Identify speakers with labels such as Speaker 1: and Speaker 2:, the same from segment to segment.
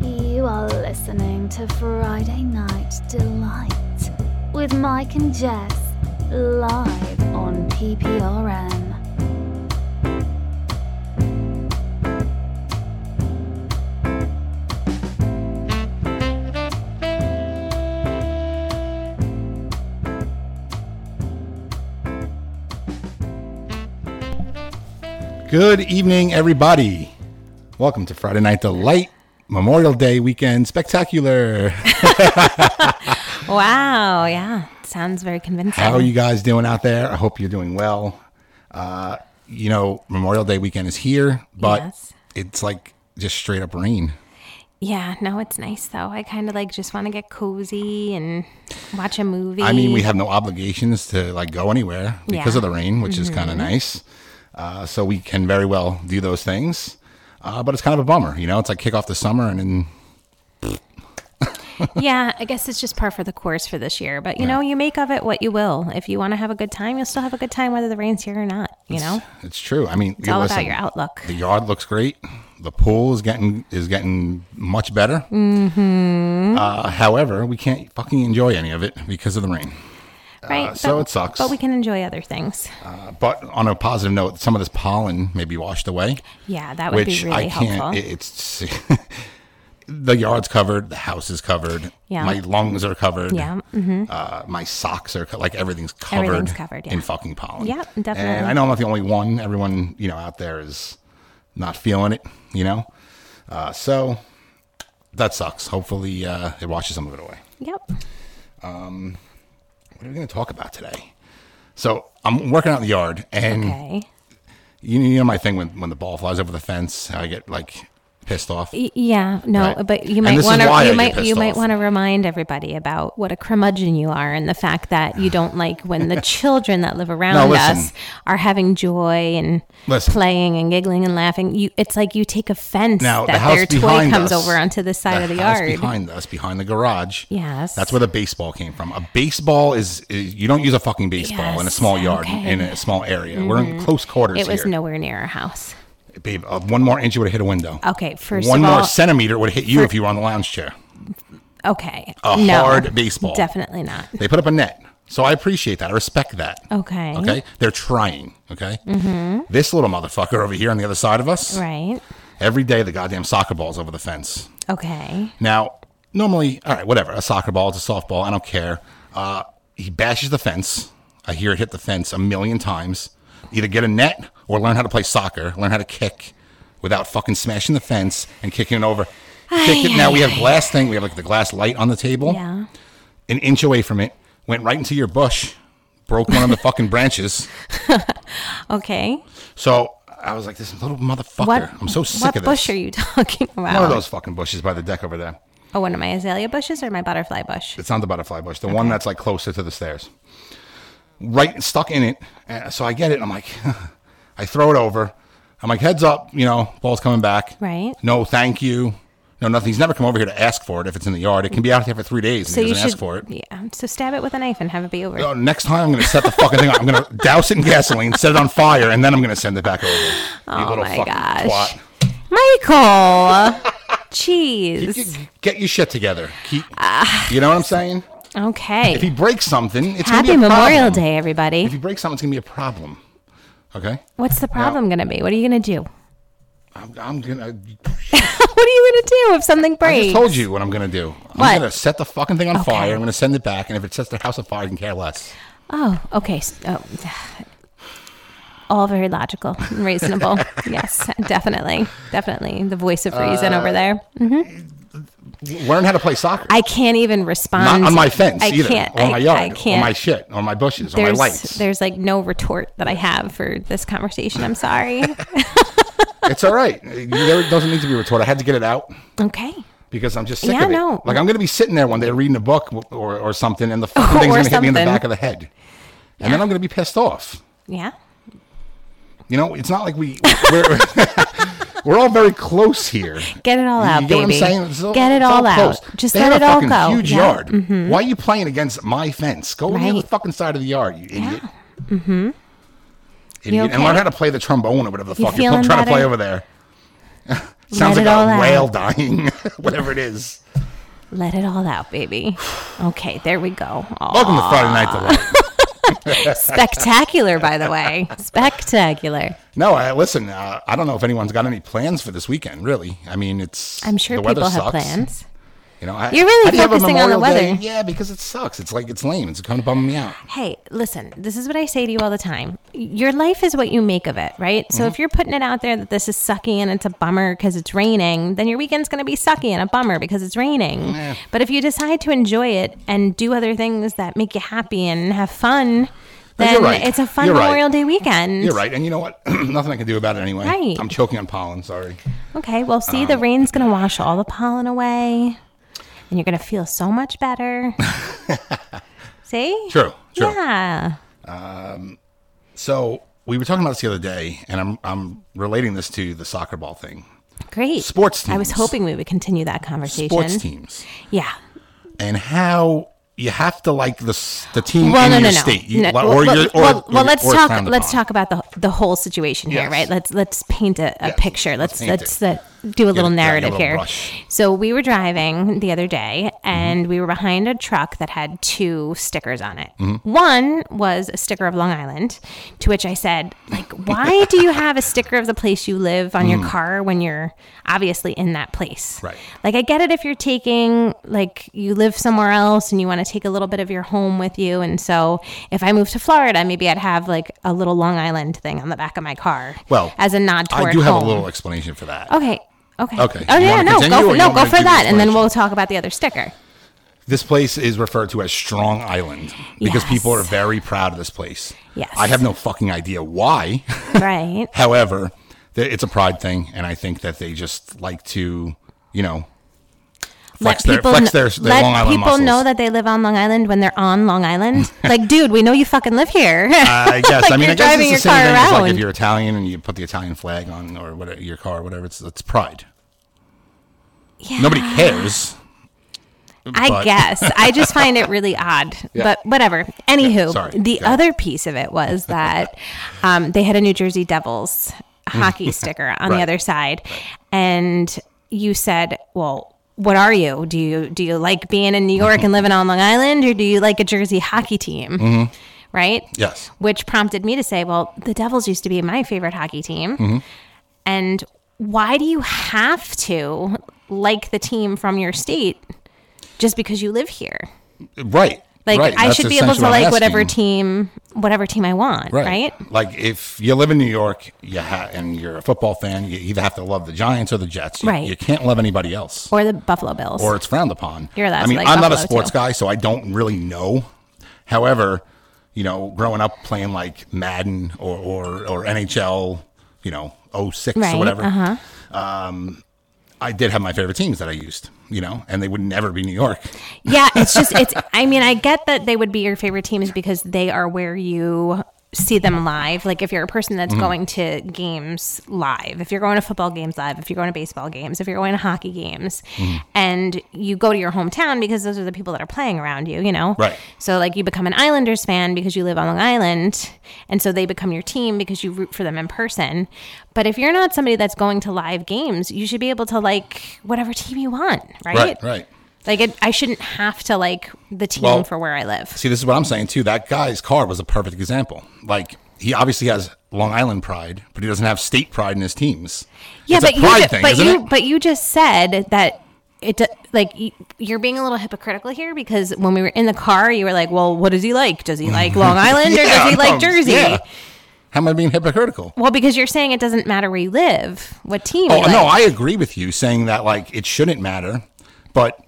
Speaker 1: You are listening to Friday Night Delight with Mike and Jess live on PPRN.
Speaker 2: Good evening, everybody. Welcome to Friday Night Delight Memorial Day weekend spectacular.
Speaker 3: Wow, yeah. Sounds very convincing.
Speaker 2: How are you guys doing out there? I hope you're doing well. Uh, you know, Memorial Day weekend is here, but
Speaker 3: Yes.
Speaker 2: it's like just straight up rain.
Speaker 3: Yeah, no, it's nice though. I kind of like just want to get cozy and watch a movie.
Speaker 2: I mean, we have no obligations to like go anywhere because
Speaker 3: Yeah. Mm-hmm.
Speaker 2: of the rain, which is kind of nice. Uh, so we can very well do those things. Uh, but it's kind of a bummer, you know. It's like kick off the summer and then
Speaker 3: yeah, I guess it's just par for the course for this year. But you know, you make of it what you will. If you want to have a good time, you'll still have a good time whether the rain's here or not. You know,
Speaker 2: it's true. I mean,
Speaker 3: it's all about your outlook.
Speaker 2: The yard looks great. The pool is getting is getting much better. Mm-hmm. Uh, however, we can't fucking enjoy any of it because of the rain.
Speaker 3: Right.
Speaker 2: so
Speaker 3: but,
Speaker 2: it sucks.
Speaker 3: But we can enjoy other things.
Speaker 2: Uh, but on a positive note, some of this pollen may be washed away,
Speaker 3: Yeah, that would
Speaker 2: which
Speaker 3: be really
Speaker 2: I can't. e-
Speaker 3: helpful.
Speaker 2: it- It's the yard's covered, the house is covered,
Speaker 3: Yeah.
Speaker 2: my lungs are covered,
Speaker 3: Yeah, mm-hmm.
Speaker 2: uh, my socks are co- like everything's covered,
Speaker 3: Everything's covered,
Speaker 2: in
Speaker 3: yeah.
Speaker 2: fucking pollen.
Speaker 3: Yep, definitely.
Speaker 2: And I know I'm not the only one. Everyone you know out there is not feeling it. You know, uh, so that sucks. Hopefully, uh, it washes some of it away.
Speaker 3: yep.
Speaker 2: What are we going to talk about today? So I'm working out in the yard, and
Speaker 3: Okay.
Speaker 2: you, you know my thing when when the ball flies over the fence, I get like pissed off.
Speaker 3: Y- Yeah, no,
Speaker 2: Right.
Speaker 3: but you
Speaker 2: And
Speaker 3: might
Speaker 2: this is
Speaker 3: want
Speaker 2: why I
Speaker 3: to
Speaker 2: get
Speaker 3: you might you
Speaker 2: pissed off.
Speaker 3: might want to remind everybody about what a curmudgeon you are and the fact that you don't like when the children that live around
Speaker 2: listen.
Speaker 3: us are having joy and
Speaker 2: Listen.
Speaker 3: playing and giggling and laughing. You, it's like you take offense
Speaker 2: Now the
Speaker 3: that
Speaker 2: house
Speaker 3: their toy
Speaker 2: behind
Speaker 3: comes
Speaker 2: us,
Speaker 3: over onto the side of the
Speaker 2: house
Speaker 3: yard.
Speaker 2: behind us, behind the garage.
Speaker 3: Yes,
Speaker 2: That's where the baseball came from. A baseball is, is you don't use a fucking baseball in a
Speaker 3: Yes,
Speaker 2: small yard
Speaker 3: okay. Mm-hmm.
Speaker 2: in a small area. We're in close quarters
Speaker 3: it was
Speaker 2: here.
Speaker 3: nowhere near our house.
Speaker 2: Babe, uh, one more inch would have hit a window.
Speaker 3: Okay, first
Speaker 2: one
Speaker 3: of all,
Speaker 2: more centimeter would hit you if you were on the lounge chair.
Speaker 3: okay,
Speaker 2: A
Speaker 3: no,
Speaker 2: hard baseball.
Speaker 3: definitely not.
Speaker 2: They put up a net, so I appreciate that. I respect that.
Speaker 3: Okay,
Speaker 2: Okay, they're trying. Okay, mm-hmm. this little motherfucker over here on the other side of us.
Speaker 3: right,
Speaker 2: Every day, the goddamn soccer ball's over the fence.
Speaker 3: okay,
Speaker 2: Now, normally, all right, whatever. A soccer ball, it's a softball. I don't care. Uh, he bashes the fence. I hear it hit the fence a million times. Either get a net or learn how to play soccer. Learn how to kick without fucking smashing the fence and kicking it over. Kick it. Now we have glass thing. We have like the glass light on the table.
Speaker 3: yeah.
Speaker 2: An inch away from it, went right into your bush, broke one of the fucking branches.
Speaker 3: Okay.
Speaker 2: So I was like, this little motherfucker.
Speaker 3: What?
Speaker 2: I'm so sick
Speaker 3: what
Speaker 2: of this.
Speaker 3: bush are you talking about?
Speaker 2: One of those fucking bushes by the deck over there.
Speaker 3: Oh, one of my azalea bushes or my butterfly bush?
Speaker 2: It's not the butterfly bush. The one that's like closer to the stairs. Right stuck in it. And so I get it. and I'm like, I throw it over. I'm like, heads up, you know, ball's coming back.
Speaker 3: Right.
Speaker 2: No, thank you. No, nothing. He's never come over here to ask for it if it's in the yard. It can be out there for three days and he doesn't ask for it. Uh,
Speaker 3: Yeah. So stab it with a knife and have it be over.
Speaker 2: No, next time I'm going to set the fucking thing up. I'm going to douse it in gasoline, set it on fire, and then I'm going to send it back over. You
Speaker 3: oh
Speaker 2: little
Speaker 3: my
Speaker 2: fucking
Speaker 3: gosh,
Speaker 2: twat.
Speaker 3: Michael. Jeez.
Speaker 2: You- Get your shit together. Keep,
Speaker 3: Ah.
Speaker 2: you know what I'm saying? If he
Speaker 3: Okay.
Speaker 2: breaks something, it's gonna be a
Speaker 3: Happy Memorial
Speaker 2: problem.
Speaker 3: Day,
Speaker 2: If
Speaker 3: everybody.
Speaker 2: you break something, it's gonna be a problem. Okay,
Speaker 3: What's the problem going to be? What are you going to do?
Speaker 2: I'm, I'm gonna.
Speaker 3: what are you going to do if something
Speaker 2: I
Speaker 3: breaks?
Speaker 2: just told you what I'm gonna do. I'm
Speaker 3: What?
Speaker 2: gonna set the fucking thing on
Speaker 3: Okay.
Speaker 2: fire. I'm gonna send it back, and if it sets the house on fire, I can care less.
Speaker 3: Oh, okay. S- Oh. All very logical and reasonable. yes, definitely. Definitely. The voice of reason
Speaker 2: Uh,
Speaker 3: over there.
Speaker 2: Learn how to play soccer.
Speaker 3: I can't even respond.
Speaker 2: Not on my fence
Speaker 3: I
Speaker 2: either,
Speaker 3: Can't,
Speaker 2: or on
Speaker 3: I-
Speaker 2: my yard,
Speaker 3: I can't.
Speaker 2: or my shit, or my bushes, or my
Speaker 3: there's,
Speaker 2: lights.
Speaker 3: there's like no retort that I have for this conversation. I'm sorry.
Speaker 2: It's all right. There doesn't need to be a retort. I had to get it out
Speaker 3: okay.
Speaker 2: because I'm just sick
Speaker 3: Yeah,
Speaker 2: of it.
Speaker 3: no.
Speaker 2: Like I'm gonna be sitting there one day reading a book w- or, or something, and the fucking
Speaker 3: Or
Speaker 2: thing's gonna hit me in the
Speaker 3: something.
Speaker 2: back of the head, and then I'm gonna be pissed off.
Speaker 3: Yeah.
Speaker 2: You know, it's not like we we're, we're all very close here.
Speaker 3: Get it all out,
Speaker 2: you get
Speaker 3: baby.
Speaker 2: What I'm saying? It's all-
Speaker 3: Get it
Speaker 2: it's
Speaker 3: all out.
Speaker 2: close.
Speaker 3: Just
Speaker 2: they
Speaker 3: let
Speaker 2: had
Speaker 3: it
Speaker 2: a
Speaker 3: all
Speaker 2: fucking
Speaker 3: go.
Speaker 2: Huge
Speaker 3: Yeah. Mm-hmm.
Speaker 2: yard. Why are you playing against my fence? Go to the
Speaker 3: Right.
Speaker 2: other fucking side of the yard, you idiot. Mm-hmm.
Speaker 3: You
Speaker 2: Idiot. And learn
Speaker 3: okay?
Speaker 2: how to play the trombone or whatever the
Speaker 3: You
Speaker 2: fuck you're pl-
Speaker 3: feeling
Speaker 2: trying to play
Speaker 3: better?
Speaker 2: over there. Sounds
Speaker 3: Let
Speaker 2: like
Speaker 3: it all
Speaker 2: a
Speaker 3: out.
Speaker 2: whale dying, whatever it is.
Speaker 3: Let it all out, baby. Okay, there we go. Aw.
Speaker 2: Welcome to Friday Night Delight.
Speaker 3: Spectacular, by the way. Spectacular.
Speaker 2: No, I, listen, uh, I don't know if anyone's got any plans for this weekend, really. I mean, it's.
Speaker 3: I'm sure
Speaker 2: the weather
Speaker 3: people
Speaker 2: sucks.
Speaker 3: have plans.
Speaker 2: You know, I,
Speaker 3: You're really
Speaker 2: how do you have a
Speaker 3: focusing on the
Speaker 2: Memorial
Speaker 3: weather.
Speaker 2: Day? Yeah, because it sucks. It's like, it's lame. It's kind of bumming me out.
Speaker 3: Hey, listen, this is what I say to you all the time. Your life is what you make of it, right? So
Speaker 2: Mhm.
Speaker 3: if you're putting it out there that this is sucky and it's a bummer because it's raining, then your weekend's going to be sucky and a bummer because it's raining. But if you decide to enjoy it and do other things that make you happy and have fun,
Speaker 2: No, Oh, you're
Speaker 3: then
Speaker 2: right.
Speaker 3: it's a fun
Speaker 2: You're right.
Speaker 3: Memorial Day weekend.
Speaker 2: You're right. And you know what? Nothing I can do about it anyway.
Speaker 3: Right.
Speaker 2: I'm choking on pollen. Sorry.
Speaker 3: Okay, well, see,
Speaker 2: Um,
Speaker 3: the rain's going to wash all the pollen away, and you're going to feel so much better. see?
Speaker 2: True. True.
Speaker 3: Yeah.
Speaker 2: So we were talking about this the other day, and I'm, I'm relating this to the soccer ball thing.
Speaker 3: Great.
Speaker 2: Sports
Speaker 3: I was
Speaker 2: teams.
Speaker 3: hoping we would continue that conversation.
Speaker 2: Sports teams.
Speaker 3: Yeah.
Speaker 2: And how. You have to like the s- the team
Speaker 3: Well,
Speaker 2: in
Speaker 3: no,
Speaker 2: your
Speaker 3: no, no.
Speaker 2: state, You-
Speaker 3: No,
Speaker 2: or
Speaker 3: well,
Speaker 2: your-
Speaker 3: well,
Speaker 2: or-
Speaker 3: well,
Speaker 2: or
Speaker 3: well,
Speaker 2: your-
Speaker 3: let's
Speaker 2: or
Speaker 3: talk.
Speaker 2: frowned
Speaker 3: Let's
Speaker 2: upon.
Speaker 3: talk about the the whole situation here,
Speaker 2: Yes.
Speaker 3: right? Let's let's paint a, a
Speaker 2: Yes.
Speaker 3: picture.
Speaker 2: Let's
Speaker 3: Let's
Speaker 2: paint
Speaker 3: let's
Speaker 2: it.
Speaker 3: uh, do a
Speaker 2: it-
Speaker 3: little
Speaker 2: yeah, a
Speaker 3: narrative
Speaker 2: little
Speaker 3: here.
Speaker 2: brush.
Speaker 3: So we were driving the other day, and we were behind a truck that had two stickers on it.
Speaker 2: Mm-hmm.
Speaker 3: One was a sticker of Long Island, to which I said, "Like, why do you have a sticker of the place you live on your car when you're obviously in that place?"
Speaker 2: Mm. Right.
Speaker 3: Like I get it if you're taking like you live somewhere else and you want to take a little bit of your home with you and so if I moved to Florida maybe I'd have like a little Long Island thing on the back of my car.
Speaker 2: Well,
Speaker 3: as a nod toward
Speaker 2: I do have
Speaker 3: home.
Speaker 2: a little explanation for that.
Speaker 3: Okay. Okay.
Speaker 2: Okay.
Speaker 3: Oh
Speaker 2: You
Speaker 3: yeah,
Speaker 2: wanna
Speaker 3: no,
Speaker 2: continue
Speaker 3: go
Speaker 2: or
Speaker 3: for,
Speaker 2: you
Speaker 3: no,
Speaker 2: want
Speaker 3: go
Speaker 2: me to
Speaker 3: for
Speaker 2: do the
Speaker 3: that and then
Speaker 2: explanation?
Speaker 3: we'll talk about the other sticker.
Speaker 2: This place is referred to as Strong Island because people are
Speaker 3: Yes.
Speaker 2: very proud of this place.
Speaker 3: Yes.
Speaker 2: I have no fucking idea why.
Speaker 3: Right.
Speaker 2: However, th- it's a pride thing, and I think that they just like to, you know, flex their flex
Speaker 3: kn-
Speaker 2: their, their
Speaker 3: let
Speaker 2: Long Island
Speaker 3: people
Speaker 2: muscles.
Speaker 3: know that they live on Long Island when they're on Long Island. like, dude, we know you fucking live here.
Speaker 2: I guess. I mean,
Speaker 3: you're
Speaker 2: I guess
Speaker 3: driving
Speaker 2: it's the same
Speaker 3: your car
Speaker 2: thing as like if
Speaker 3: around.
Speaker 2: you're Italian and you put the Italian flag on or whatever your car, or whatever. It's it's pride. Nobody cares.
Speaker 3: I
Speaker 2: but-
Speaker 3: guess. I just find it really odd, but whatever.
Speaker 2: Yeah,
Speaker 3: Anywho,
Speaker 2: sorry.
Speaker 3: the
Speaker 2: Go ahead.
Speaker 3: other piece of it was that um, they had a New Jersey Devils hockey sticker
Speaker 2: Mm.
Speaker 3: on
Speaker 2: Right.
Speaker 3: the other side, and you said, "Well." What are you? Do you do you like being in New York and living on Long Island, or do you like a Jersey hockey team?
Speaker 2: Mm-hmm.
Speaker 3: Right?
Speaker 2: Yes.
Speaker 3: Which prompted me to say, "Well, the Devils used to be my favorite hockey team,
Speaker 2: Mm-hmm.
Speaker 3: and why do you have to like the team from your state just because you live here.
Speaker 2: Right.
Speaker 3: Like
Speaker 2: right.
Speaker 3: I
Speaker 2: That's
Speaker 3: should be able
Speaker 2: essentially
Speaker 3: to
Speaker 2: what I'm
Speaker 3: like whatever
Speaker 2: asking.
Speaker 3: team, whatever team I want, right?
Speaker 2: Like if you live in New York, you ha- and you're a football fan, you either have to love the Giants or the Jets. You,
Speaker 3: Right.
Speaker 2: You can't love anybody else,
Speaker 3: Or the Buffalo Bills.
Speaker 2: or it's frowned upon.
Speaker 3: You're
Speaker 2: I
Speaker 3: allowed to
Speaker 2: mean,
Speaker 3: like
Speaker 2: I'm not a
Speaker 3: Buffalo,
Speaker 2: sports
Speaker 3: too.
Speaker 2: guy, so I don't really know. However, you know, growing up playing like Madden or or, or NHL, you know, 06
Speaker 3: Right,
Speaker 2: or whatever.
Speaker 3: uh-huh.
Speaker 2: Um, I did have my favorite teams that I used, you know, and they would never be New York.
Speaker 3: yeah, it's just it's. I mean, I get that they would be your favorite teams because they are where you see them live. Like if you're a person
Speaker 2: Mm-hmm.
Speaker 3: that's going to games live, if you're going to football games live, if you're going to baseball games, if you're going to hockey games,
Speaker 2: Mm-hmm.
Speaker 3: and you go to your hometown because those are the people that are playing around you. You know,
Speaker 2: Right.
Speaker 3: So like you become an Islanders fan because you live on Long Island, and so they become your team because you root for them in person. But if you're not somebody that's going to live games, you should be able to like whatever team you want, right?
Speaker 2: Right. Right.
Speaker 3: Like it, I shouldn't have to like the team
Speaker 2: Well-
Speaker 3: for where I live.
Speaker 2: See, this is what I'm saying too. That guy's car was a perfect example. Like he obviously has Long Island pride, but he doesn't have state pride in his teams.
Speaker 3: Yeah,
Speaker 2: It's a
Speaker 3: but you,
Speaker 2: pride
Speaker 3: ju-
Speaker 2: thing,
Speaker 3: but
Speaker 2: isn't
Speaker 3: you,
Speaker 2: it?
Speaker 3: but you just said that it do- like y- you're being a little hypocritical here because when we were in the car, you were like, "Well, what does he like? Does he like Long Island or does
Speaker 2: Yeah,
Speaker 3: he
Speaker 2: no,
Speaker 3: like Jersey?"
Speaker 2: yeah. How am I being hypocritical?
Speaker 3: Well, because you're saying it doesn't matter where you live, what team.
Speaker 2: Oh
Speaker 3: you
Speaker 2: no,
Speaker 3: like.
Speaker 2: I agree with you saying that like it shouldn't matter, but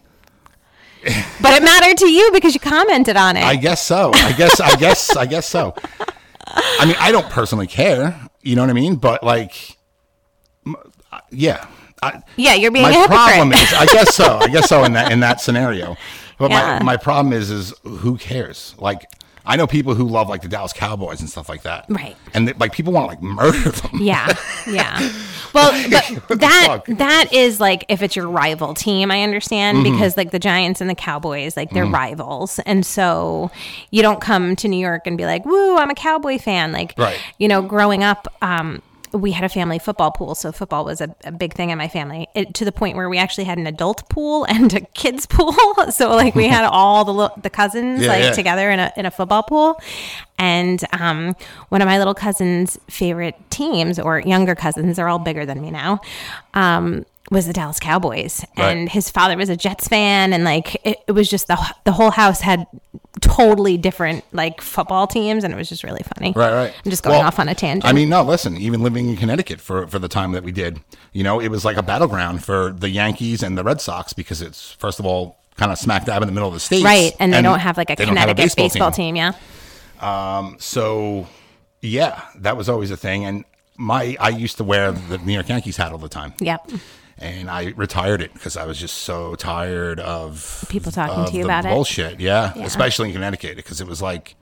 Speaker 3: but it mattered to you because you commented on it.
Speaker 2: I guess so. I guess I guess I guess so. I mean, I don't personally care. You know what I mean? But like, m- I- yeah. I,
Speaker 3: yeah, you're being a
Speaker 2: my
Speaker 3: hypocrite.
Speaker 2: problem is i guess so i guess so in that in that scenario but
Speaker 3: Yeah.
Speaker 2: my, my problem is is who cares like i know people who love like the dallas cowboys and stuff like that
Speaker 3: Right.
Speaker 2: and they, like people want to like murder them
Speaker 3: Yeah, yeah. Well, but that
Speaker 2: fuck?
Speaker 3: that is like if it's your rival team, I understand
Speaker 2: Mm-hmm.
Speaker 3: because like the Giants and the Cowboys, like they're rivals, and so you don't come to New York and be like, "Woo, I'm a Cowboy fan." Like,
Speaker 2: Right.
Speaker 3: you know, growing up, um, we had a family football pool, so football was a, a big thing in my family. It, to the point where we actually had an adult pool and a kids pool. so like we had all the lo- the cousins
Speaker 2: Yeah,
Speaker 3: like
Speaker 2: yeah.
Speaker 3: together in a in a football pool. And um, one of my little cousins' favorite teams, or younger cousins, they're all bigger than me now. Um, was the Dallas Cowboys,
Speaker 2: Right.
Speaker 3: and his father was a Jets fan, and like it, it was just the wh- the whole house had totally different like football teams, and it was just really funny.
Speaker 2: Right, right.
Speaker 3: I'm just going
Speaker 2: Well,
Speaker 3: off on a tangent.
Speaker 2: I mean, no, listen, even living in Connecticut for, for the time that we did, you know, it was like a battleground for the Yankees and the Red Sox because it's, first of all, kind of smack dab in the middle of the state.
Speaker 3: right, and they don't have like a
Speaker 2: they don't have
Speaker 3: Connecticut baseball, team. Yeah,
Speaker 2: So, yeah, that was always a thing. And my I used to wear the New York Yankees hat all the time.
Speaker 3: yep.
Speaker 2: And I retired it because I was just so tired of
Speaker 3: People talking
Speaker 2: of
Speaker 3: to you
Speaker 2: the
Speaker 3: about it.
Speaker 2: Bullshit, yeah, especially in Connecticut because it was like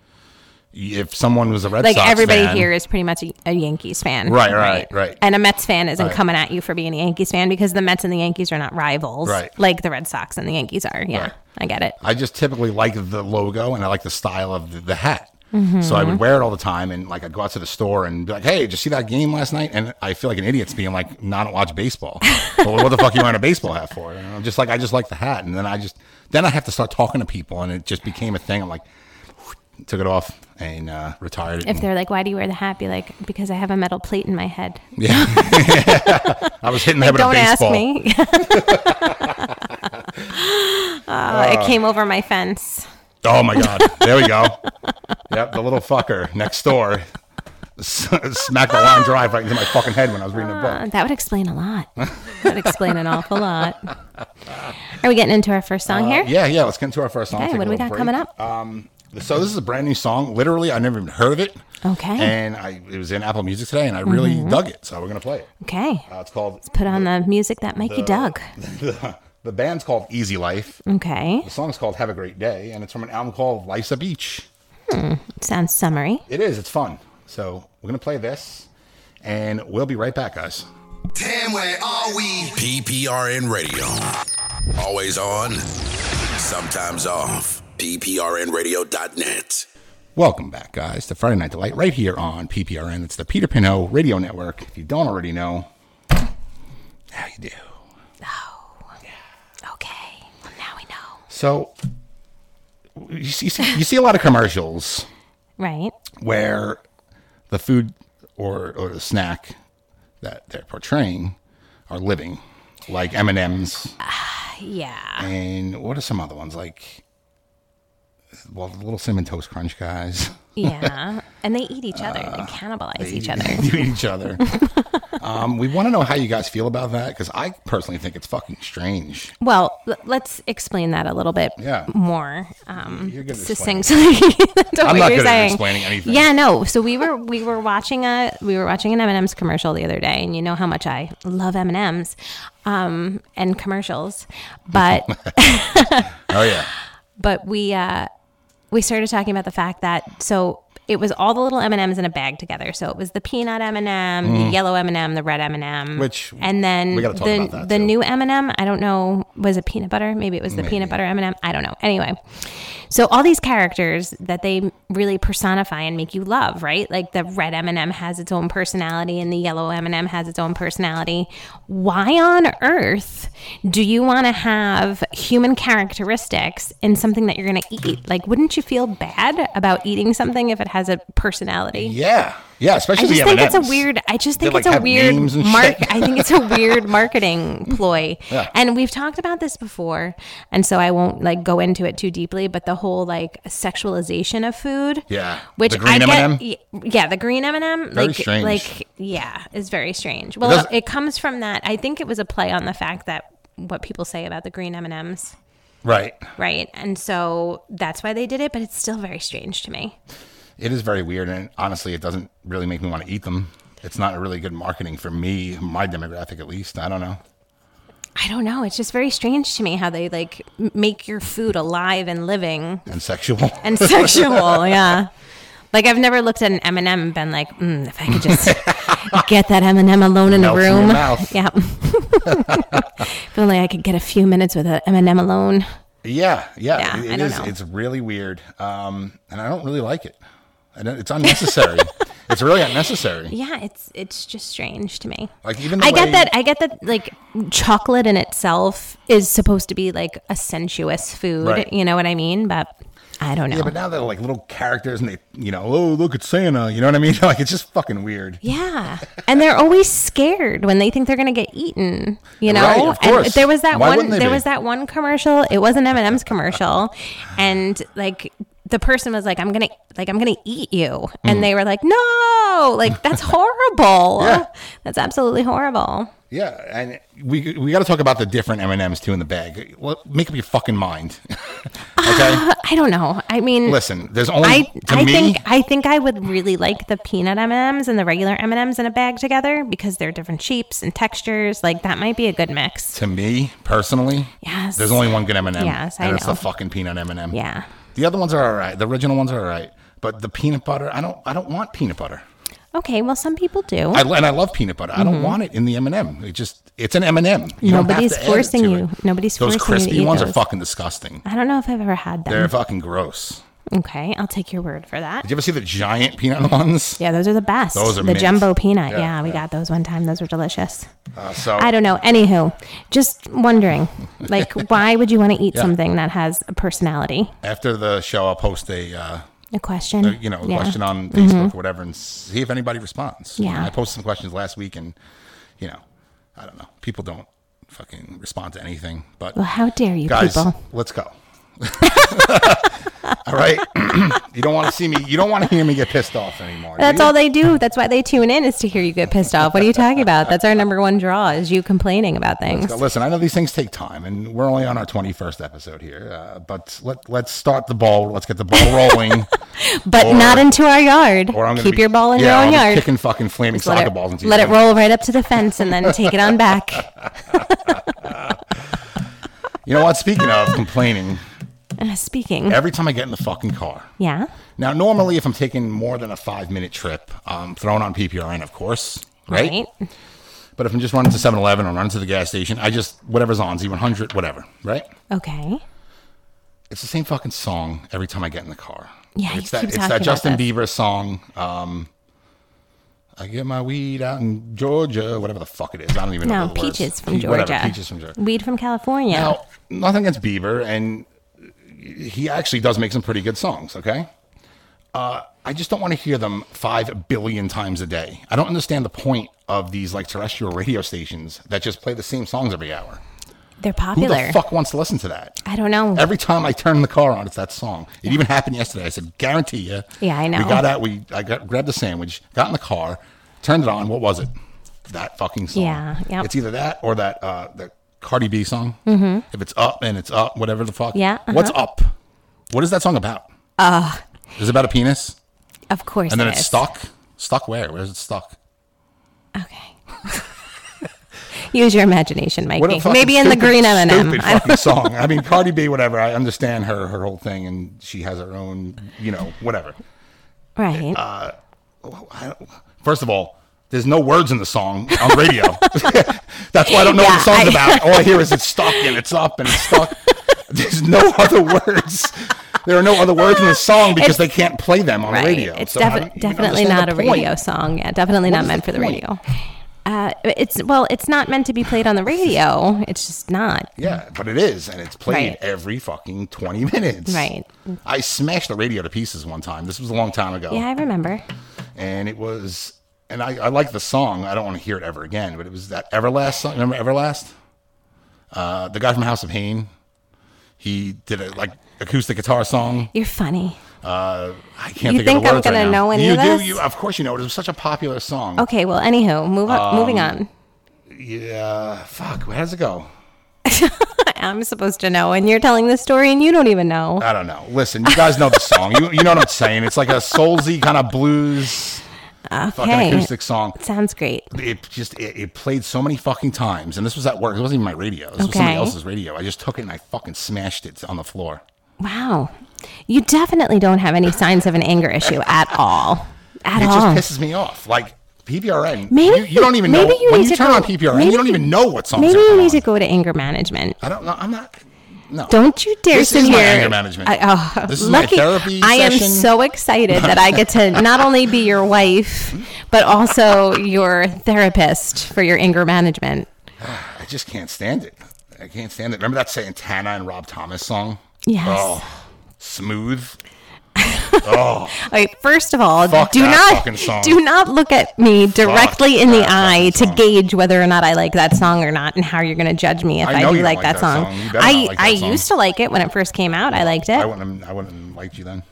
Speaker 2: if someone was a Red
Speaker 3: Like
Speaker 2: Sox
Speaker 3: everybody
Speaker 2: fan-
Speaker 3: here is pretty much a, a Yankees fan,
Speaker 2: Right, right, right.
Speaker 3: And a Mets fan isn't
Speaker 2: Right.
Speaker 3: coming at you for being a Yankees fan because the Mets and the Yankees are not rivals,
Speaker 2: Right.
Speaker 3: Like the Red Sox and the Yankees are. Yeah,
Speaker 2: Right.
Speaker 3: I get it.
Speaker 2: I just typically like the logo and I like the style of the, the hat. So I would wear it all the time, and like I would go out to the store and be like, "Hey, did you see that game last night?" And I feel like an idiot being like, "No, "I don't watch baseball." but what the fuck are you wearing a baseball hat for? And I'm just like, I just like the hat, and then I just then I have to start talking to people, and it just became a thing. I'm like, took it off and uh, retired it.
Speaker 3: If
Speaker 2: and-
Speaker 3: they're like, "Why do you wear the hat?" Be like, "Because I have a metal plate in my head."
Speaker 2: I was hitting the head with a
Speaker 3: Don't ask
Speaker 2: baseball.
Speaker 3: me. Uh, it came over my fence.
Speaker 2: Oh my god! There we go. yep, the little fucker next door smacked the line drive right into my fucking head when I was reading a book.
Speaker 3: Uh, that would explain a lot. that would explain an awful lot. Are we getting into our first song here?
Speaker 2: Yeah, yeah. Let's get into our first song.
Speaker 3: Okay,
Speaker 2: Take a
Speaker 3: what do we
Speaker 2: little
Speaker 3: got
Speaker 2: break. Um,
Speaker 3: coming up?
Speaker 2: So this is a brand new song. Literally, I never even heard of it.
Speaker 3: Okay. Mm-hmm.
Speaker 2: And I it was in Apple Music today, and I really dug it. So we're gonna play it.
Speaker 3: okay.
Speaker 2: Uh, it's called
Speaker 3: Put on the music that Mikey dug.
Speaker 2: the, the band's called Easy Life.
Speaker 3: Okay.
Speaker 2: The song's called Have a Great Day, and it's from an album called Life's a Beach.
Speaker 3: Sounds summery.
Speaker 2: It is. It's fun. So we're gonna play this, and we'll be right back, guys.
Speaker 4: Damn, where are we?
Speaker 5: PPRN Radio. Always on, sometimes off. PPRNradio.net.
Speaker 2: Welcome back, guys, to Friday Night Delight right here on PPRN. It's the Peter Pinot Radio Network. If you don't already know, now you do.
Speaker 3: Okay. Oh. Well, now we know.
Speaker 2: So you see, you see a lot of commercials
Speaker 3: Right.
Speaker 2: where the food or, or the snack that they're portraying are living, like M and M's,
Speaker 3: Yeah.
Speaker 2: and what are some other ones like? Well, the little cinnamon toast crunch guys
Speaker 3: Yeah. and they eat each other. they cannibalize each other.
Speaker 2: Uh, They eat each other. um, we want to know how you guys feel about that because I personally think it's fucking strange.
Speaker 3: Well, l- let's explain that a little bit
Speaker 2: Yeah.
Speaker 3: more um,
Speaker 2: You're good at explaining.
Speaker 3: succinctly. That's
Speaker 2: I'm
Speaker 3: what
Speaker 2: not
Speaker 3: you're
Speaker 2: good at
Speaker 3: saying.
Speaker 2: explaining anything.
Speaker 3: Yeah, no. So we were we were watching a we were watching an M and M's commercial the other day, and you know how much I love M and M's um, and commercials, but
Speaker 2: Oh yeah,
Speaker 3: but we uh, we started talking about the fact that so it was all the little M and M's in a bag together. So it was the peanut M and M, the yellow M and M, the red M and M,
Speaker 2: Mm-hmm. Which
Speaker 3: and then
Speaker 2: we gotta talk
Speaker 3: the
Speaker 2: about that,
Speaker 3: the
Speaker 2: too.
Speaker 3: new M and M. I don't know was it peanut butter? Maybe it was the peanut butter M and m I don't know. Anyway, so all these characters that they really personify and make you love, right? Like the red M and m has its own personality, and the yellow M and m has its own personality. Why on earth do you want to have human characteristics in something that you're going to eat? Like, wouldn't you feel bad about eating something if it has a personality?
Speaker 2: yeah, yeah. Especially
Speaker 3: I just
Speaker 2: the
Speaker 3: think
Speaker 2: M&Ms.
Speaker 3: it's a weird. I just think
Speaker 2: They,
Speaker 3: it's
Speaker 2: like,
Speaker 3: a
Speaker 2: have
Speaker 3: weird
Speaker 2: names and
Speaker 3: mark.
Speaker 2: shit.
Speaker 3: I think it's a weird marketing ploy.
Speaker 2: Yeah.
Speaker 3: And we've talked about this before, and so I won't like go into it too deeply. But the whole like sexualization of food.
Speaker 2: Yeah.
Speaker 3: Which
Speaker 2: The green
Speaker 3: I get.
Speaker 2: M&M?
Speaker 3: y- Yeah, the green M and M.
Speaker 2: Very
Speaker 3: like,
Speaker 2: strange.
Speaker 3: Like yeah, is very strange.
Speaker 2: It
Speaker 3: Well, it,
Speaker 2: doesn't-
Speaker 3: comes from that. I think it was a play on the fact that what people say about the green M and M's.
Speaker 2: right?
Speaker 3: Right. And so that's why they did it, but it's still very strange to me.
Speaker 2: It is very weird, and honestly, it doesn't really make me want to eat them. It's not a really good marketing for me, my demographic at least. I don't know.
Speaker 3: I don't know. It's just very strange to me how they like m- make your food alive and living
Speaker 2: And sexual.
Speaker 3: and sexual. yeah. Like I've never looked at an M and M and been like, mm, if I could just get that M and M alone in a
Speaker 2: Melts in your
Speaker 3: room.
Speaker 2: mouth.
Speaker 3: Yeah. if only I could get a few minutes with an M and M alone.
Speaker 2: yeah, yeah.
Speaker 3: Yeah,
Speaker 2: it-
Speaker 3: I
Speaker 2: it
Speaker 3: don't
Speaker 2: is-
Speaker 3: know.
Speaker 2: It's really weird, um, and I don't really like it. And it- it's unnecessary. It's really unnecessary.
Speaker 3: Yeah, it's it's just strange to me.
Speaker 2: Like, even the
Speaker 3: I
Speaker 2: way-
Speaker 3: get that I get that like chocolate in itself is supposed to be like a sensuous food,
Speaker 2: Right.
Speaker 3: you know what I mean? But I don't know.
Speaker 2: Yeah, but now they're like little characters, and they, you know, oh look, it's Santa. You know what I mean? Like it's just fucking weird.
Speaker 3: Yeah. And they're always scared when they think they're going to get eaten, you know?
Speaker 2: Right, of course.
Speaker 3: And there was that
Speaker 2: Why
Speaker 3: one
Speaker 2: wouldn't they
Speaker 3: there
Speaker 2: be?
Speaker 3: was that one commercial. It was an M&M's commercial and like the person was like I'm going to like I'm going to eat you.
Speaker 2: Mm.
Speaker 3: And they were like, "No! Like that's horrible.
Speaker 2: Yeah.
Speaker 3: That's absolutely horrible."
Speaker 2: Yeah, and we we got to talk about the different M and M's too in the bag. Well, make up your fucking mind. okay,
Speaker 3: I don't know. I mean,
Speaker 2: listen. There's only
Speaker 3: I,
Speaker 2: to
Speaker 3: I
Speaker 2: me.
Speaker 3: think I think I would really like the peanut M&Ms and the regular M&Ms in a bag together because they're different shapes and textures. Like that might be a good mix.
Speaker 2: to me personally,
Speaker 3: Yes.
Speaker 2: there's only one good M and m
Speaker 3: Yes, I
Speaker 2: and it's
Speaker 3: know.
Speaker 2: the fucking peanut M and m
Speaker 3: Yeah.
Speaker 2: the other ones are all right. The original ones are all right, but the peanut butter, I don't, I don't want peanut butter.
Speaker 3: Okay, well some people do.
Speaker 2: I, and I love peanut butter. I don't want it in the M and m It just, it's an M&M. M and m
Speaker 3: Mm-hmm. Nobody's forcing you. Nobody's
Speaker 2: those
Speaker 3: forcing you to
Speaker 2: crispy
Speaker 3: eat
Speaker 2: ones are
Speaker 3: those.
Speaker 2: fucking disgusting.
Speaker 3: I don't know if I've ever had them.
Speaker 2: They're fucking gross.
Speaker 3: okay, I'll take your word for that.
Speaker 2: Did you ever see the giant peanut ones?
Speaker 3: Yeah, those are the best.
Speaker 2: Those are
Speaker 3: the
Speaker 2: mint.
Speaker 3: jumbo peanut.
Speaker 2: Yeah,
Speaker 3: Yeah, we got those one time. Those were delicious.
Speaker 2: Uh, so
Speaker 3: I don't know. Anywho, just wondering, like, why would you want to eat
Speaker 2: Yeah.
Speaker 3: something that has a personality?
Speaker 2: after the show, I'll post a uh,
Speaker 3: A question.
Speaker 2: a, you know a
Speaker 3: yeah. Mm-hmm.
Speaker 2: question on Facebook or whatever, and see if anybody responds. You know,
Speaker 3: Yeah.
Speaker 2: I posted some questions last week, and you know, I don't know. People don't fucking respond to anything. But
Speaker 3: Well, how dare you,
Speaker 2: guys,
Speaker 3: people?
Speaker 2: let's go. all right, you don't want to see me. You don't want to hear me get pissed off anymore. do
Speaker 3: That's
Speaker 2: you?
Speaker 3: all they do. That's why they tune in is to hear you get pissed off. What are you talking about? That's our number one draw is you complaining about things.
Speaker 2: Now, listen, I know these things take time, and we're only on our twenty-first episode here. Uh, but let let's start the ball. Let's get the ball rolling.
Speaker 3: But
Speaker 2: Or-
Speaker 3: not into our yard.
Speaker 2: Or I'm gonna
Speaker 3: Keep
Speaker 2: be-
Speaker 3: your ball in
Speaker 2: yeah,
Speaker 3: your
Speaker 2: I'll
Speaker 3: own
Speaker 2: be
Speaker 3: yard.
Speaker 2: Kicking fucking flaming
Speaker 3: Let
Speaker 2: soccer
Speaker 3: it-
Speaker 2: balls into you.
Speaker 3: let it roll right up to the fence and then take it on back.
Speaker 2: You know what? Speaking of complaining,
Speaker 3: Uh, speaking.
Speaker 2: every time I get in the fucking car.
Speaker 3: Yeah.
Speaker 2: Now, normally, if I'm taking more than a five minute trip, I'm throwing on PPRN, of course, right? But if I'm just running to 7 Eleven or running to the gas station, I just, whatever's on, Z100, whatever, right?
Speaker 3: Okay.
Speaker 2: It's the same fucking song every time I get in the car.
Speaker 3: Yeah,
Speaker 2: it's that,
Speaker 3: you keep
Speaker 2: It's
Speaker 3: talking
Speaker 2: that
Speaker 3: about
Speaker 2: Justin
Speaker 3: this.
Speaker 2: Bieber song. Um, I get my weed out in Georgia, whatever the fuck it is. I don't even know.
Speaker 3: No,
Speaker 2: the words.
Speaker 3: peaches from
Speaker 2: Pe-
Speaker 3: Georgia.
Speaker 2: Whatever, peaches from Georgia.
Speaker 3: Weed from California.
Speaker 2: Now, nothing against Bieber, and he actually does make some pretty good songs. Okay, uh, I just don't want to hear them five billion times a day. I don't understand the point of these like terrestrial radio stations that just play the same songs every hour.
Speaker 3: They're
Speaker 2: Who
Speaker 3: popular.
Speaker 2: the fuck wants to listen to that?
Speaker 3: I don't know.
Speaker 2: Every time I turn the car on, it's that song. It even happened yesterday. I said, "Guarantee you."
Speaker 3: Yeah, I know.
Speaker 2: We got out. We I got, grabbed the sandwich, got in the car, turned it on. What was it? That fucking song.
Speaker 3: Yeah, yep.
Speaker 2: It's either that or that uh, that Cardi B song. Mm-hmm. If it's up and it's up, whatever the fuck.
Speaker 3: Yeah, uh-huh.
Speaker 2: What's up? What is that song about? Uh Is it about a penis?
Speaker 3: of course.
Speaker 2: And then
Speaker 3: it
Speaker 2: it's
Speaker 3: is.
Speaker 2: stuck. Stuck where? Where is it stuck?
Speaker 3: Okay. Use your imagination,
Speaker 2: What a
Speaker 3: Mikey.
Speaker 2: fucking
Speaker 3: Maybe in the
Speaker 2: stupid-
Speaker 3: green M&M.
Speaker 2: Stupid
Speaker 3: I don't-
Speaker 2: fucking song. I mean, Cardi B, whatever. I understand her her whole thing, and she has her own, you know, whatever.
Speaker 3: Right.
Speaker 2: Uh, I don't- First of all, there's no words in the song on radio. That's why I don't know what the song's
Speaker 3: Yeah, I-
Speaker 2: about. All I hear is it's stuck and it's up and it's stuck. there's no other words. There are no other words in the song because
Speaker 3: It's-
Speaker 2: they can't play them on
Speaker 3: right.
Speaker 2: radio.
Speaker 3: It's
Speaker 2: So I
Speaker 3: defi-
Speaker 2: don't even
Speaker 3: definitely
Speaker 2: understand
Speaker 3: not
Speaker 2: the
Speaker 3: a
Speaker 2: point.
Speaker 3: radio song. Yeah, definitely not
Speaker 2: is
Speaker 3: meant
Speaker 2: the
Speaker 3: for the
Speaker 2: point?
Speaker 3: radio. Uh, it's well, it's not meant to be played on the radio. It's just not.
Speaker 2: Yeah, but it is, and it's played
Speaker 3: Right.
Speaker 2: every fucking 20 minutes.
Speaker 3: Right.
Speaker 2: I smashed the radio to pieces one time. This was a long time ago.
Speaker 3: Yeah, I remember.
Speaker 2: and it was and I, I like the song. I don't want to hear it ever again, but it was that Everlast song. Remember Everlast? Uh, the guy from House of Pain. He did a like acoustic guitar song.
Speaker 3: You're funny.
Speaker 2: Uh, I can't think,
Speaker 3: You
Speaker 2: of
Speaker 3: think
Speaker 2: the
Speaker 3: I'm
Speaker 2: words right
Speaker 3: gonna
Speaker 2: now.
Speaker 3: know any
Speaker 2: you
Speaker 3: of
Speaker 2: do,
Speaker 3: this?
Speaker 2: You, of course you know it. It was such a popular song.
Speaker 3: Okay, well, anywho, move on, moving
Speaker 2: Um,
Speaker 3: on.
Speaker 2: Yeah. Fuck. How does it go?
Speaker 3: I'm supposed to know, and you're telling this story, and you don't even know.
Speaker 2: I don't know. Listen, you guys know the song. You you know what I'm saying? It's like a soulsy kind of blues fucking
Speaker 3: Okay,
Speaker 2: acoustic song.
Speaker 3: sounds great.
Speaker 2: it just it, it played so many fucking times, and this was at work. It wasn't even my radio. This was somebody
Speaker 3: Okay.
Speaker 2: else's radio. I just took it and I fucking smashed it on the floor.
Speaker 3: Wow, you definitely don't have any signs of an anger issue at all, at
Speaker 2: It
Speaker 3: all.
Speaker 2: just pisses me off. Like PPRN,
Speaker 3: Maybe
Speaker 2: you, you don't even
Speaker 3: maybe
Speaker 2: know
Speaker 3: you
Speaker 2: when
Speaker 3: need
Speaker 2: you
Speaker 3: to
Speaker 2: turn
Speaker 3: go-
Speaker 2: on PPRN. you
Speaker 3: maybe-
Speaker 2: don't even know what songs.
Speaker 3: Maybe
Speaker 2: are
Speaker 3: you
Speaker 2: going
Speaker 3: need to
Speaker 2: on.
Speaker 3: go to anger management.
Speaker 2: I don't know. I'm not. No.
Speaker 3: Don't you dare
Speaker 2: This
Speaker 3: sit
Speaker 2: is my
Speaker 3: here.
Speaker 2: anger management.
Speaker 3: I, oh,
Speaker 2: This is my
Speaker 3: lucky.
Speaker 2: therapy
Speaker 3: I am
Speaker 2: session.
Speaker 3: so excited that I get to not only be your wife, but also your therapist for your anger management.
Speaker 2: I just can't stand it. I can't stand it. Remember that Santana and Rob Thomas song?
Speaker 3: Yes.
Speaker 2: Oh, smooth.
Speaker 3: Okay, first of all,
Speaker 2: Fuck
Speaker 3: do
Speaker 2: that fucking song.
Speaker 3: not do not look at me directly in the
Speaker 2: that
Speaker 3: eye
Speaker 2: fucking
Speaker 3: to
Speaker 2: song.
Speaker 3: gauge whether or not I like that song or not, and how you're going to judge me if
Speaker 2: I
Speaker 3: I,
Speaker 2: know
Speaker 3: do
Speaker 2: you don't
Speaker 3: like, that, song.
Speaker 2: You better
Speaker 3: I
Speaker 2: not like that
Speaker 3: I
Speaker 2: song.
Speaker 3: used to like it when it first came out. I liked
Speaker 2: I
Speaker 3: it.
Speaker 2: wouldn't. Have, I wouldn't have liked you then.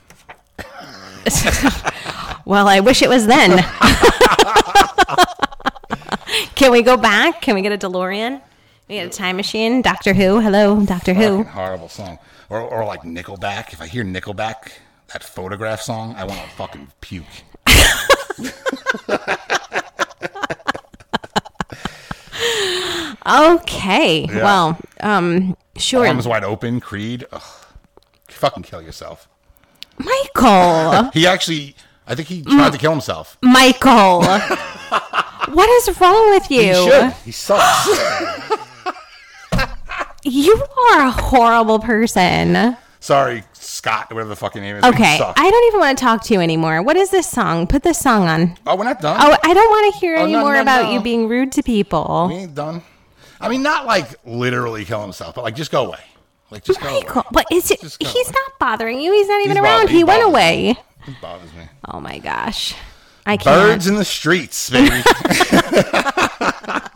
Speaker 3: well, I wish it was then. Can we go back? Can we get a DeLorean? We get a time machine. Doctor Who. Hello, Doctor Who.
Speaker 2: Fucking horrible song. Or, or like Nickelback. If I hear Nickelback, that photograph song, I want to fucking puke.
Speaker 3: Okay. Well, um, sure.
Speaker 2: Arms wide open. Creed. Ugh. Fucking kill yourself.
Speaker 3: Michael.
Speaker 2: He actually. I think he tried to kill himself.
Speaker 3: Michael. what is wrong with you?
Speaker 2: He should. He sucks.
Speaker 3: You are a horrible person.
Speaker 2: Sorry, Scott, whatever the fucking name is.
Speaker 3: Okay,
Speaker 2: You suck.
Speaker 3: I don't even want to talk to you anymore. What is this song? Put this song on.
Speaker 2: oh, we're not done.
Speaker 3: Oh, I don't want to hear any
Speaker 2: no,
Speaker 3: more
Speaker 2: no,
Speaker 3: about
Speaker 2: no.
Speaker 3: you being rude to people.
Speaker 2: We ain't done. I mean, not like literally kill himself, but like just go away. Like just go
Speaker 3: Michael,
Speaker 2: away.
Speaker 3: but is it?
Speaker 2: Just go
Speaker 3: He's
Speaker 2: away.
Speaker 3: not bothering you. He's not even
Speaker 2: He's
Speaker 3: around.
Speaker 2: bothered-
Speaker 3: he
Speaker 2: he's
Speaker 3: went
Speaker 2: bothered.
Speaker 3: away.
Speaker 2: It bothers me.
Speaker 3: Oh my gosh, I can't.
Speaker 2: Birds in the streets, baby.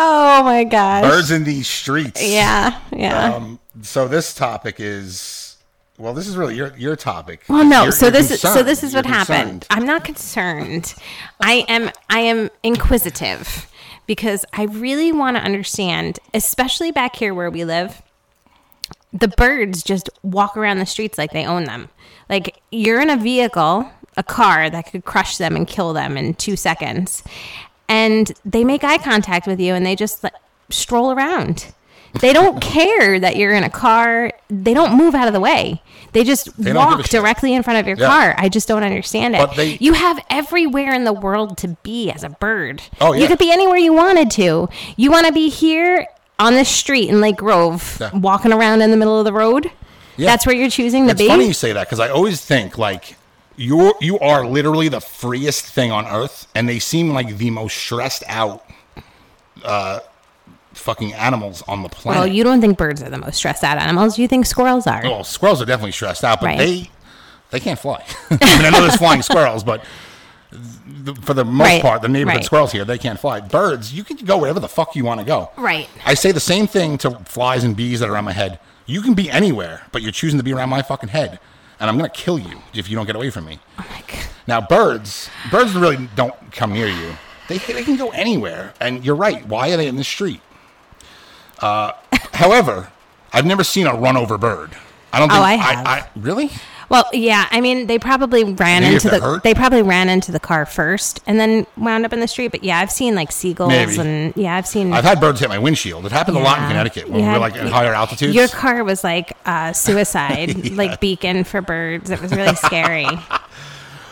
Speaker 3: Oh my gosh.
Speaker 2: Birds in these streets.
Speaker 3: Yeah, yeah.
Speaker 2: Um, so this topic is well, this is really your your topic.
Speaker 3: well, no.
Speaker 2: You're-
Speaker 3: so
Speaker 2: you're
Speaker 3: this is so
Speaker 2: concerned.
Speaker 3: this is
Speaker 2: You're
Speaker 3: what happened.
Speaker 2: concerned.
Speaker 3: I'm not concerned. I am I am inquisitive because I really want to understand, especially back here where we live. The birds just walk around the streets like they own them. Like you're in a vehicle, a car that could crush them and kill them in 2 seconds. And they make eye contact with you and they just like, stroll around. They don't care that you're in a car. They don't move out of the way. They just
Speaker 2: don't give a
Speaker 3: walk
Speaker 2: shit.
Speaker 3: directly in front of your
Speaker 2: Yeah.
Speaker 3: car. I just don't understand it.
Speaker 2: But they-
Speaker 3: you have everywhere in the world to be as a bird.
Speaker 2: Oh, yeah.
Speaker 3: You could be anywhere you wanted to. You want to be here on the street in Lake Grove,
Speaker 2: Yeah.
Speaker 3: walking around in the middle of the road.
Speaker 2: Yeah.
Speaker 3: That's where you're choosing to
Speaker 2: It's
Speaker 3: be.
Speaker 2: funny you say that because I always think like you're you are literally the freest thing on earth, and they seem like the most stressed out, uh, fucking animals on the planet.
Speaker 3: Well, you don't think birds are the most stressed out animals. You think squirrels are.
Speaker 2: Well, squirrels are definitely stressed out, but
Speaker 3: Right.
Speaker 2: they they can't fly. I mean, I know there's flying squirrels, but th for the most
Speaker 3: Right,
Speaker 2: part, the neighborhood
Speaker 3: right.
Speaker 2: squirrels here they can't fly. Birds, you can go wherever the fuck you want to go.
Speaker 3: Right.
Speaker 2: I say the same thing to flies and bees that are on my head. You can be anywhere, but you're choosing to be around my fucking head, and I'm gonna kill you if you don't get away from me.
Speaker 3: Oh my God.
Speaker 2: Now, birds, birds really don't come near you. They, they can go anywhere. And you're right. Why are they in the street? Uh, however, I've never seen a run over bird. I don't
Speaker 3: Oh,
Speaker 2: think
Speaker 3: I have.
Speaker 2: I, really.
Speaker 3: Well, yeah. I mean, they probably ran
Speaker 2: Maybe if
Speaker 3: into
Speaker 2: they're
Speaker 3: the
Speaker 2: hurt?
Speaker 3: they probably ran into the car first and then wound up in the street. But yeah, I've seen like seagulls
Speaker 2: Maybe.
Speaker 3: and yeah, I've seen.
Speaker 2: I've had birds hit my windshield. It happened a lot in
Speaker 3: Yeah.
Speaker 2: Connecticut when
Speaker 3: Yeah.
Speaker 2: we were like at higher altitudes.
Speaker 3: Your car was like uh, suicide, like beacon for birds. It was really scary.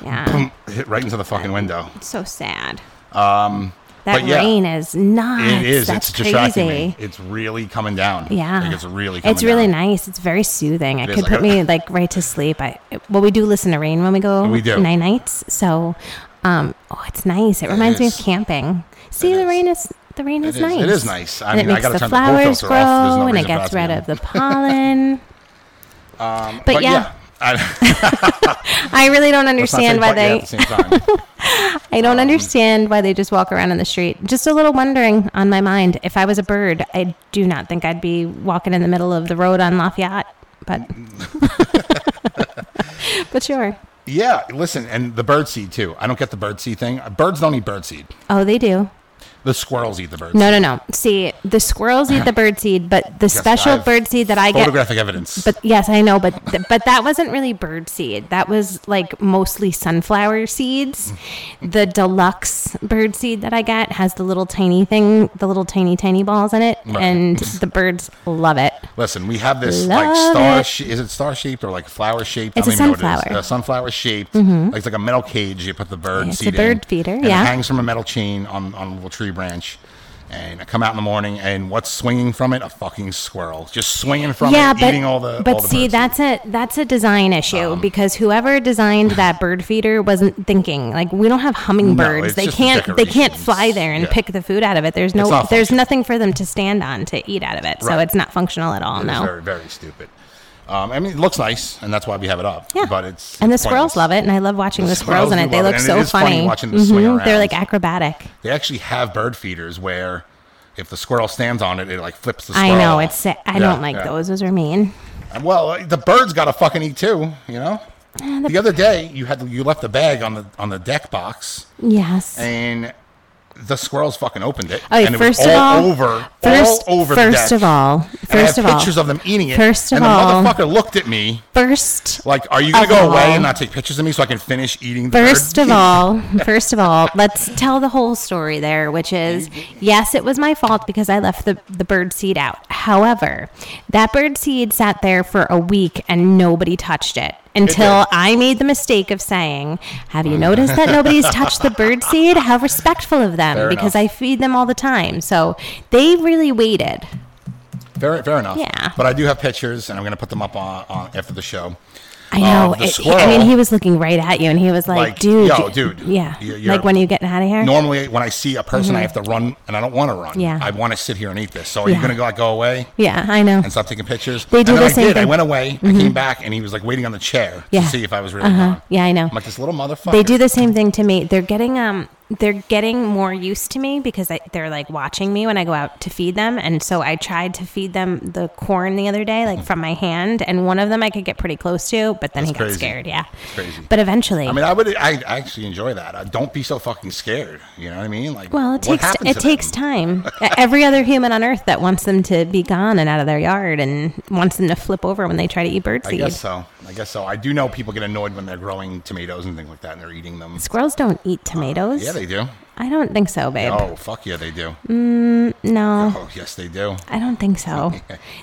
Speaker 3: yeah,
Speaker 2: hit right into the fucking window.
Speaker 3: so sad. Um, that
Speaker 2: but yeah.
Speaker 3: rain is nuts.
Speaker 2: It is.
Speaker 3: That's
Speaker 2: it's
Speaker 3: crazy.
Speaker 2: distracting me. It's really coming down.
Speaker 3: Yeah,
Speaker 2: Like, it's really. Coming
Speaker 3: It's really
Speaker 2: down.
Speaker 3: nice. It's very soothing. It,
Speaker 2: is.
Speaker 3: could
Speaker 2: I
Speaker 3: put
Speaker 2: gotta-
Speaker 3: me like right to sleep. I well, we do listen to rain when we go.
Speaker 2: We do.
Speaker 3: night nights. So, um, oh, it's nice. It reminds me of
Speaker 2: is.
Speaker 3: camping. See, the
Speaker 2: is.
Speaker 3: rain is the rain
Speaker 2: It
Speaker 3: is,
Speaker 2: is.
Speaker 3: nice.
Speaker 2: It is nice. I
Speaker 3: And
Speaker 2: mean, I
Speaker 3: it makes
Speaker 2: gotta
Speaker 3: the
Speaker 2: turn the pool
Speaker 3: flowers
Speaker 2: filter
Speaker 3: grow,
Speaker 2: off. There's no
Speaker 3: and it
Speaker 2: reason for
Speaker 3: gets
Speaker 2: that to
Speaker 3: rid
Speaker 2: be on.
Speaker 3: of the pollen.
Speaker 2: Um,
Speaker 3: but yeah.
Speaker 2: I,
Speaker 3: I really don't
Speaker 2: let's not say
Speaker 3: understand why
Speaker 2: but yeah
Speaker 3: they.
Speaker 2: at the same time.
Speaker 3: I don't understand why they just walk around in the street. Just a little wondering on my mind. If I was a bird, I do not think I'd be walking in the middle of the road on Lafayette. But but sure.
Speaker 2: Yeah, listen, and the birdseed too. I don't get the birdseed thing. Birds don't eat birdseed.
Speaker 3: Oh, they do.
Speaker 2: The squirrels eat the birdseed.
Speaker 3: No, no, no. See, the squirrels eat the bird seed, but the special
Speaker 2: I've-
Speaker 3: bird seed that I get.
Speaker 2: Photographic evidence.
Speaker 3: But yes, I know, but th- but that wasn't really bird seed. That was like mostly sunflower seeds. The deluxe bird seed that I get has the little tiny thing, the little tiny tiny balls in it,
Speaker 2: Right.
Speaker 3: and the birds love it.
Speaker 2: listen, we have this
Speaker 3: Love
Speaker 2: like star.
Speaker 3: it.
Speaker 2: Sh- is it star shaped or like flower shaped?
Speaker 3: It's a
Speaker 2: it
Speaker 3: sunflower. Mm-hmm.
Speaker 2: is. A sunflower shaped. Like it's like a metal cage. You put the bird
Speaker 3: It's a
Speaker 2: seed in,
Speaker 3: bird feeder,
Speaker 2: and
Speaker 3: yeah.
Speaker 2: It hangs from a metal chain on on a little tree branch. And I come out in the morning, and what's swinging from it? A fucking squirrel, just swinging from
Speaker 3: yeah,
Speaker 2: it,
Speaker 3: but
Speaker 2: eating all the.
Speaker 3: but
Speaker 2: all the
Speaker 3: see,
Speaker 2: bird seed. Um,
Speaker 3: that's a that's a design issue because whoever designed that bird feeder wasn't thinking. Like we don't have hummingbirds;
Speaker 2: it's
Speaker 3: they
Speaker 2: just
Speaker 3: can't they can't
Speaker 2: decorations.
Speaker 3: fly there and
Speaker 2: Yeah.
Speaker 3: pick the food out of it. There's no
Speaker 2: not
Speaker 3: there's
Speaker 2: functional.
Speaker 3: nothing for them to stand on to eat out of it, so
Speaker 2: Right.
Speaker 3: it's not functional at all.
Speaker 2: It was
Speaker 3: no,
Speaker 2: very very stupid. Um, I mean, it looks nice, and that's why we have it up.
Speaker 3: yeah,
Speaker 2: but it's
Speaker 3: and the
Speaker 2: it's
Speaker 3: squirrels
Speaker 2: pointless.
Speaker 3: love it, and I love watching the,
Speaker 2: squirrels
Speaker 3: squirrels in
Speaker 2: do
Speaker 3: it. They
Speaker 2: love it,
Speaker 3: look
Speaker 2: and it
Speaker 3: so
Speaker 2: is funny
Speaker 3: funny.
Speaker 2: watching them swing
Speaker 3: Mhm. They're
Speaker 2: around.
Speaker 3: like acrobatic.
Speaker 2: They actually have bird feeders where if the squirrel stands on it, it like flips the squirrel.
Speaker 3: I know it's. sick. I
Speaker 2: Yeah,
Speaker 3: don't like
Speaker 2: yeah.
Speaker 3: those. Those are mean.
Speaker 2: Well, the bird's got to fucking eat too, you know.
Speaker 3: Eh,
Speaker 2: The, other day, you had you left the bag on the on the deck box,
Speaker 3: Yes.
Speaker 2: and the squirrels fucking opened it.
Speaker 3: Okay,
Speaker 2: and it
Speaker 3: first
Speaker 2: was
Speaker 3: of
Speaker 2: all,
Speaker 3: all,
Speaker 2: over,
Speaker 3: first,
Speaker 2: all over. the
Speaker 3: first
Speaker 2: deck.
Speaker 3: of all,
Speaker 2: And I
Speaker 3: first
Speaker 2: have
Speaker 3: of all,
Speaker 2: pictures of them eating it.
Speaker 3: first of
Speaker 2: and the
Speaker 3: all-
Speaker 2: motherfucker looked at me
Speaker 3: first
Speaker 2: like, "Are you gonna
Speaker 3: of
Speaker 2: go away
Speaker 3: all-
Speaker 2: and not take pictures of me so I can finish eating?" The
Speaker 3: First
Speaker 2: bird?
Speaker 3: of all, first of all, let's tell the whole story there, which is yes, it was my fault because I left the, the bird seed out. However, that bird seed sat there for a week and nobody touched it until
Speaker 2: did.
Speaker 3: I made the mistake of saying, Have you noticed that nobody's touched the bird seed? How respectful of them
Speaker 2: Fair
Speaker 3: because
Speaker 2: enough.
Speaker 3: I feed them all the time. So they really waited.
Speaker 2: fair, fair enough.
Speaker 3: Yeah.
Speaker 2: but I do have pictures, and I'm gonna put them up on, on after the show.
Speaker 3: I know.
Speaker 2: Oh, the
Speaker 3: it- he- I mean,
Speaker 2: squirrel-
Speaker 3: he was looking right at you and he was like,
Speaker 2: Like,
Speaker 3: Dude.
Speaker 2: yo,
Speaker 3: you-
Speaker 2: dude,
Speaker 3: Yeah.
Speaker 2: you're- you're-
Speaker 3: Like, when are you getting out of here?
Speaker 2: Normally, when I see a person, I have to run, and I don't want to run.
Speaker 3: Mm-hmm. Yeah.
Speaker 2: I want to sit here and eat this. So are you
Speaker 3: Yeah.
Speaker 2: gonna go like, go away?
Speaker 3: Yeah, I know.
Speaker 2: and stop taking pictures.
Speaker 3: They do
Speaker 2: and
Speaker 3: the
Speaker 2: I
Speaker 3: same
Speaker 2: did. I
Speaker 3: thing. Mm-hmm.
Speaker 2: went away. I came back, and he was like waiting on the chair to
Speaker 3: Yeah. Uh-huh.
Speaker 2: see if I was really gone.
Speaker 3: Yeah, I know.
Speaker 2: I'm like this little motherfucker.
Speaker 3: They do the same thing to me. They're getting um they're getting more used to me because I, they're like watching me when I go out to feed them. And so I tried to feed them the corn the other day,
Speaker 2: Mm.
Speaker 3: like from my hand, and one of them I could get pretty close to, but then he got
Speaker 2: crazy.
Speaker 3: scared. Yeah,
Speaker 2: crazy.
Speaker 3: But eventually,
Speaker 2: I mean, I would. I I actually enjoy that. I don't be so fucking scared. You know what I mean? Like,
Speaker 3: well, it
Speaker 2: what
Speaker 3: takes
Speaker 2: happened
Speaker 3: it
Speaker 2: to
Speaker 3: takes
Speaker 2: them?
Speaker 3: time. E, Every other human on earth that wants them to be gone and out of their yard and wants them to flip over when they try to eat bird
Speaker 2: I
Speaker 3: seed.
Speaker 2: guess so. I guess so. I do know people get annoyed when they're growing tomatoes and things like that, and they're eating them.
Speaker 3: Squirrels don't eat tomatoes.
Speaker 2: Uh, Yeah, they do.
Speaker 3: I don't think so, babe.
Speaker 2: Oh fuck yeah, they do.
Speaker 3: Mm. No.
Speaker 2: Oh yes, they do.
Speaker 3: I don't think so.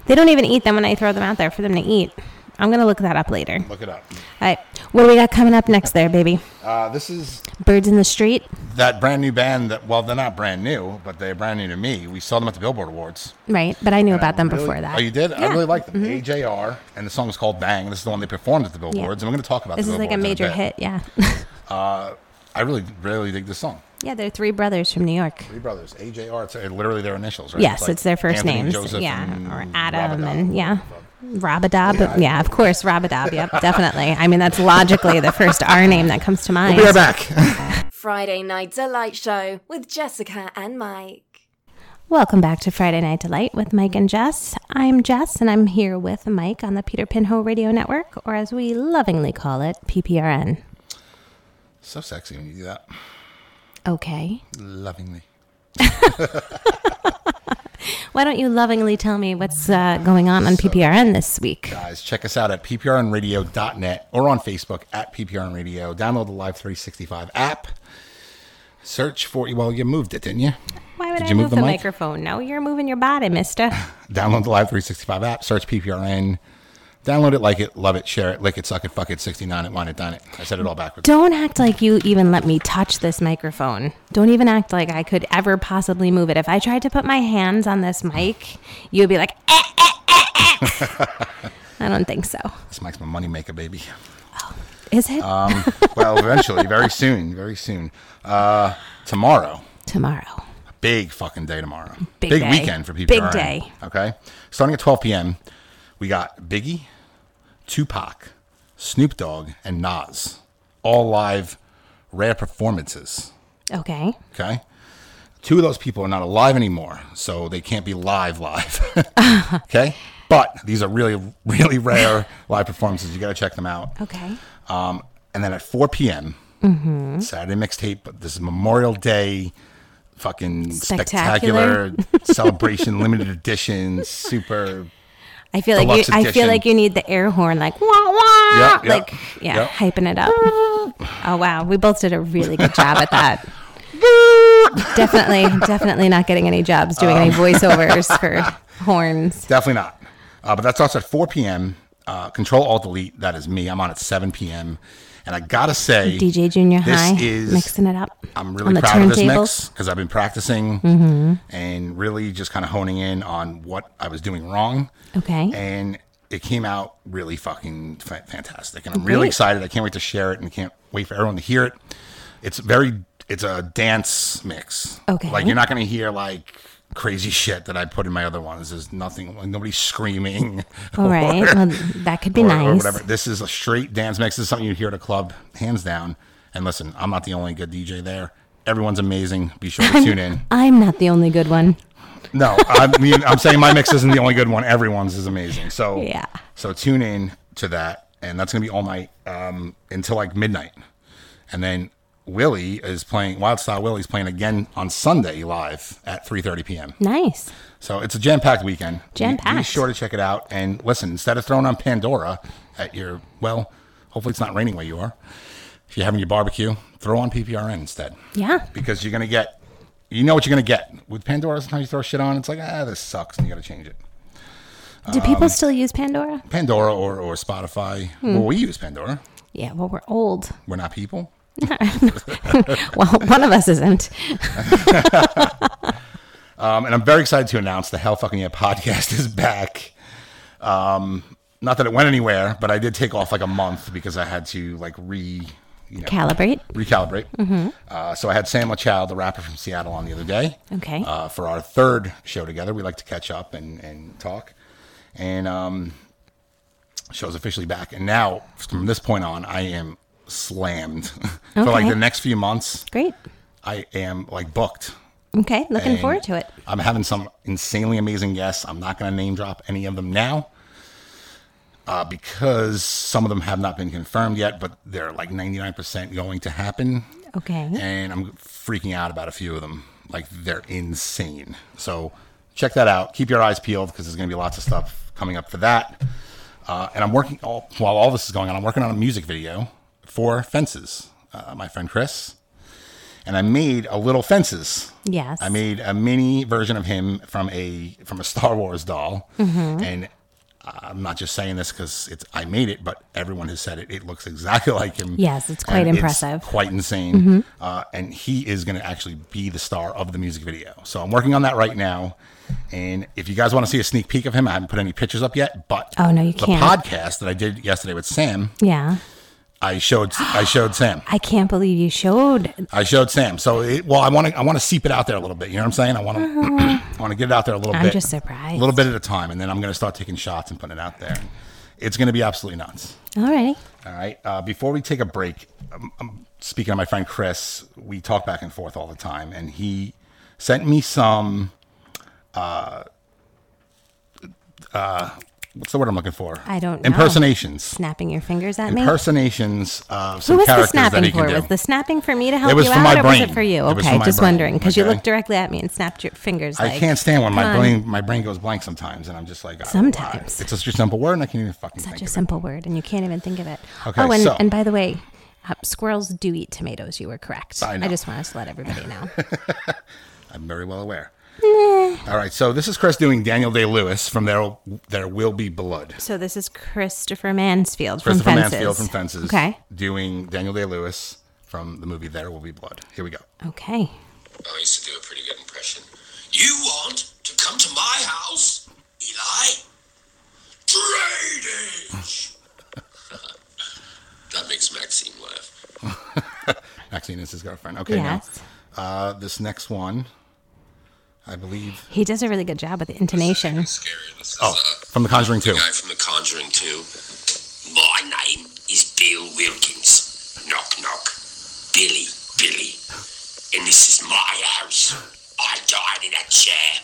Speaker 3: they don't even eat them when I throw them out there for them to eat. I'm gonna look that up later. All
Speaker 2: Look it up.
Speaker 3: right, what do we got coming up next, there, baby?
Speaker 2: Uh, this is
Speaker 3: Birds in the street.
Speaker 2: that brand new band. That well, they're not brand new, but they're brand new to me. We saw them at the Billboard Awards.
Speaker 3: Right, but I knew about them
Speaker 2: Really-
Speaker 3: before that.
Speaker 2: Oh, you did? I
Speaker 3: Yeah. Mm-hmm.
Speaker 2: really like them. AJR, and the song is called Bang. This is the one they performed at the Billboards, and we're going to talk about
Speaker 3: This
Speaker 2: the
Speaker 3: is like a
Speaker 2: Billboards in
Speaker 3: major
Speaker 2: bit.
Speaker 3: hit. Yeah,
Speaker 2: I really, really dig this song.
Speaker 3: yeah. They're three brothers from New York.
Speaker 2: Three brothers, AJR. It's uh, literally their initials, right?
Speaker 3: Yes,
Speaker 2: like
Speaker 3: it's their first
Speaker 2: Anthony,
Speaker 3: names.
Speaker 2: Joseph,
Speaker 3: yeah,
Speaker 2: and
Speaker 3: or Adam
Speaker 2: Rabadab.
Speaker 3: and yeah. Rabadab, yeah, of course, Rabadab. Yep, definitely. I mean, that's logically the first R name that comes to mind.
Speaker 2: We are back.
Speaker 6: Friday Night Delight Show with Jessica and Mike.
Speaker 3: Welcome back to Friday Night Delight with Mike and Jess. I'm Jess, and I'm here with Mike on the Peter Pinho Radio Network, or as we lovingly call it, PPRN.
Speaker 2: so sexy when you do that.
Speaker 3: Okay.
Speaker 2: Lovingly.
Speaker 3: Why don't you lovingly tell me what's uh, going on on PPRN this week?
Speaker 2: Guys, check us out at pprnradio.net or on Facebook at pprnradio. Download the Live 365 app. Search for, well, you moved it, didn't you?
Speaker 3: Why would
Speaker 2: Did
Speaker 3: I
Speaker 2: you
Speaker 3: move,
Speaker 2: move the
Speaker 3: the
Speaker 2: mic?
Speaker 3: microphone? No, you're moving your body, mister.
Speaker 2: download the Live 365 app, search PPRN, download it, like it, love it, share it, lick it, suck it, fuck it, 69 it, wine it, dine it. I said it all backwards.
Speaker 3: Don't act like you even let me touch this microphone. Don't even act like I could ever possibly move it. If I tried to put my hands on this mic, you'd be like, eh, eh, eh, eh. I don't think so.
Speaker 2: This makes my money maker, baby.
Speaker 3: Is it?
Speaker 2: Um, Well, eventually, very soon, very soon. Uh, tomorrow,
Speaker 3: tomorrow.
Speaker 2: big fucking day tomorrow.
Speaker 3: Big day.
Speaker 2: weekend for PPRN.
Speaker 3: Big day.
Speaker 2: Okay. Starting at 12 p.m., we got Biggie, Tupac, Snoop Dogg, and Nas. All live, rare performances.
Speaker 3: Okay.
Speaker 2: Okay. Two of those people are not alive anymore, so they can't be live live. okay. But these are really, really rare live performances. You got to check them out.
Speaker 3: Okay.
Speaker 2: Um, and then at 4 p.m.,
Speaker 3: Mm-hmm.
Speaker 2: Saturday mixtape, but this is Memorial Day fucking spectacular,
Speaker 3: Spectacular.
Speaker 2: celebration, limited edition, super.
Speaker 3: I feel like
Speaker 2: Deluxe
Speaker 3: you, I feel
Speaker 2: edition.
Speaker 3: like you need the air horn, like wah wah,
Speaker 2: Yeah, yeah,
Speaker 3: like yeah,
Speaker 2: yeah.
Speaker 3: hyping it up. Oh wow, we both did a really good job at that. definitely, definitely not getting any jobs doing
Speaker 2: Um.
Speaker 3: any voiceovers for horns.
Speaker 2: Definitely not. Uh, but that starts at 4 p.m. Uh, Control Alt Delete. That is me. I'm on at 7 p.m. And I gotta say,
Speaker 3: DJ Junior
Speaker 2: this
Speaker 3: High,
Speaker 2: is
Speaker 3: mixing it up.
Speaker 2: I'm
Speaker 3: on
Speaker 2: really
Speaker 3: the
Speaker 2: proud of this
Speaker 3: turntables. Mm-hmm.
Speaker 2: mix because I've been practicing and really just kind of honing in on what I was doing wrong.
Speaker 3: Okay.
Speaker 2: And it came out really fucking fa- fantastic. And I'm really excited. I can't wait to share it and can't wait for everyone to hear it. It's very, it's a dance mix.
Speaker 3: Okay.
Speaker 2: Like you're not going to hear like crazy shit that I put in my other ones. There's nothing, like nobody's screaming.
Speaker 3: All right.
Speaker 2: or-
Speaker 3: Well, that could be
Speaker 2: or,
Speaker 3: nice.
Speaker 2: or whatever. This is a straight dance mix. This is something you hear at a club, hands down. And listen, I'm not the only good DJ there. Everyone's amazing. Be sure to tune in.
Speaker 3: I'm not the only good one.
Speaker 2: No, I mean I'm saying my mix isn't the only good one. Everyone's is amazing. So
Speaker 3: Yeah.
Speaker 2: So tune in to that, and that's gonna be all night um, until like midnight, and then Willie is playing Wild Style. Willie's playing again on Sunday live at 3:30 p.m.
Speaker 3: Nice.
Speaker 2: So it's a jam-packed weekend. Be- Be
Speaker 3: Jam-packed.
Speaker 2: sure to check it out and listen. Instead of throwing on Pandora at your well, hopefully it's not raining where you are. If you're having your barbecue, throw on PPRN instead.
Speaker 3: Yeah.
Speaker 2: Because you're gonna get, you know what you're gonna get with Pandora. Sometimes you throw shit on, it's like ah, this sucks, and you gotta change it.
Speaker 3: Do
Speaker 2: Um,
Speaker 3: people still use Pandora?
Speaker 2: Pandora or or Spotify. Well, we use Pandora.
Speaker 3: Yeah. Well, we're old.
Speaker 2: We're not people.
Speaker 3: Well, one of us isn't.
Speaker 2: Um, and I'm very excited to announce the Hell Fucking Yeah podcast is back. Um, not that it went anywhere, but I did take off like a month because I had to like re, you know,
Speaker 3: Calibrate.
Speaker 2: recalibrate. Uh, so I had Sam Lachow, the rapper from Seattle, on the other day.
Speaker 3: Okay.
Speaker 2: Uh, for our third show together, we like to catch up and, and talk. And um, show's officially back. And now from this point on, I am slammed for like
Speaker 3: Okay.
Speaker 2: the next few months.
Speaker 3: Great.
Speaker 2: I am like booked.
Speaker 3: Okay. Looking
Speaker 2: And
Speaker 3: forward to it.
Speaker 2: I'm having some insanely amazing guests. I'm not going to name drop any of them now uh, because some of them have not been confirmed yet, but they're like 99% going to happen.
Speaker 3: Okay.
Speaker 2: And I'm freaking out about a few of them. Like they're insane. So check that out. Keep your eyes peeled because there's going to be lots of stuff coming up for that. Uh, and I'm working all, while all this is going on. I'm working on a music video for Fences. Uh, my friend Chris and I made a little Fences.
Speaker 3: Yes.
Speaker 2: I made a mini version of him from a from a Star Wars doll,
Speaker 3: Mm-hmm.
Speaker 2: and I'm not just saying this because it's I made it, but everyone has said it. It looks exactly like him.
Speaker 3: Yes, it's quite
Speaker 2: And
Speaker 3: impressive. Mm-hmm.
Speaker 2: quite insane. Uh, and he is going to actually be the star of the music video. So I'm working on that right now. And if you guys want to see a sneak peek of him, I haven't put any pictures up yet. But
Speaker 3: Oh, no, you
Speaker 2: the
Speaker 3: can't.
Speaker 2: podcast that I did yesterday with Sam,
Speaker 3: Yeah.
Speaker 2: I showed I showed Sam.
Speaker 3: I can't believe you showed.
Speaker 2: I showed Sam. So, it, well, I want to I want to seep it out there a little bit. You know what I'm saying? I want to I want to get it out there a little
Speaker 3: Uh-huh. I'm
Speaker 2: bit.
Speaker 3: just surprised.
Speaker 2: A little bit at a time, and then I'm going to start taking shots and putting it out there. It's going to be absolutely nuts.
Speaker 3: All righty.
Speaker 2: All right. Uh, before we take a break, um, um, speaking of my friend Chris, we talk back and forth all the time, and he sent me some. Uh, uh, what's the word I'm looking for?
Speaker 3: I don't know.
Speaker 2: Impersonations.
Speaker 3: Snapping your fingers at me.
Speaker 2: Impersonations of
Speaker 3: Who
Speaker 2: some
Speaker 3: was the
Speaker 2: characters that
Speaker 3: snapping
Speaker 2: he
Speaker 3: for?
Speaker 2: can do.
Speaker 3: Was the snapping for me to help
Speaker 2: It was
Speaker 3: you
Speaker 2: for
Speaker 3: out,
Speaker 2: my
Speaker 3: or was
Speaker 2: brain.
Speaker 3: it for you?
Speaker 2: It was
Speaker 3: Okay,
Speaker 2: for my
Speaker 3: just
Speaker 2: brain,
Speaker 3: wondering because you
Speaker 2: okay?
Speaker 3: looked directly at me and snapped your fingers.
Speaker 2: I
Speaker 3: like,
Speaker 2: can't stand when my
Speaker 3: come on.
Speaker 2: brain my brain goes blank sometimes, and I'm just like "Oh, I don't know why.
Speaker 3: Sometimes.
Speaker 2: it's such a simple word, and I can't even fucking
Speaker 3: Such
Speaker 2: think
Speaker 3: a
Speaker 2: of it.
Speaker 3: simple word, and you can't even think of it.
Speaker 2: Okay,
Speaker 3: oh, and,
Speaker 2: so-
Speaker 3: and by the way, uh, squirrels do eat tomatoes. You were correct.
Speaker 2: I know.
Speaker 3: just want us to let everybody know.
Speaker 2: I'm very well aware. All right, so this is Chris doing Daniel Day Lewis from There There Will Be Blood.
Speaker 3: so this is Christopher Mansfield from
Speaker 2: Christopher
Speaker 3: Fences.
Speaker 2: Mansfield from Fences.
Speaker 3: Okay.
Speaker 2: doing Daniel Day Lewis from the movie There Will Be Blood. Here we go.
Speaker 3: Okay.
Speaker 7: I used to do a pretty good impression. You want to come to my house, Eli? Drainage! that makes Maxine laugh.
Speaker 2: Maxine is his girlfriend. Okay,
Speaker 3: yes.
Speaker 2: now uh, this next one, I believe.
Speaker 3: He does a really good job with the intonation.
Speaker 7: Scary. This is
Speaker 2: Oh,
Speaker 7: uh,
Speaker 2: from The Conjuring Two.
Speaker 7: the guy from The Conjuring 2. My name is Bill Wilkins. Knock, knock. Billy, Billy. And this is my house. I died in a chair.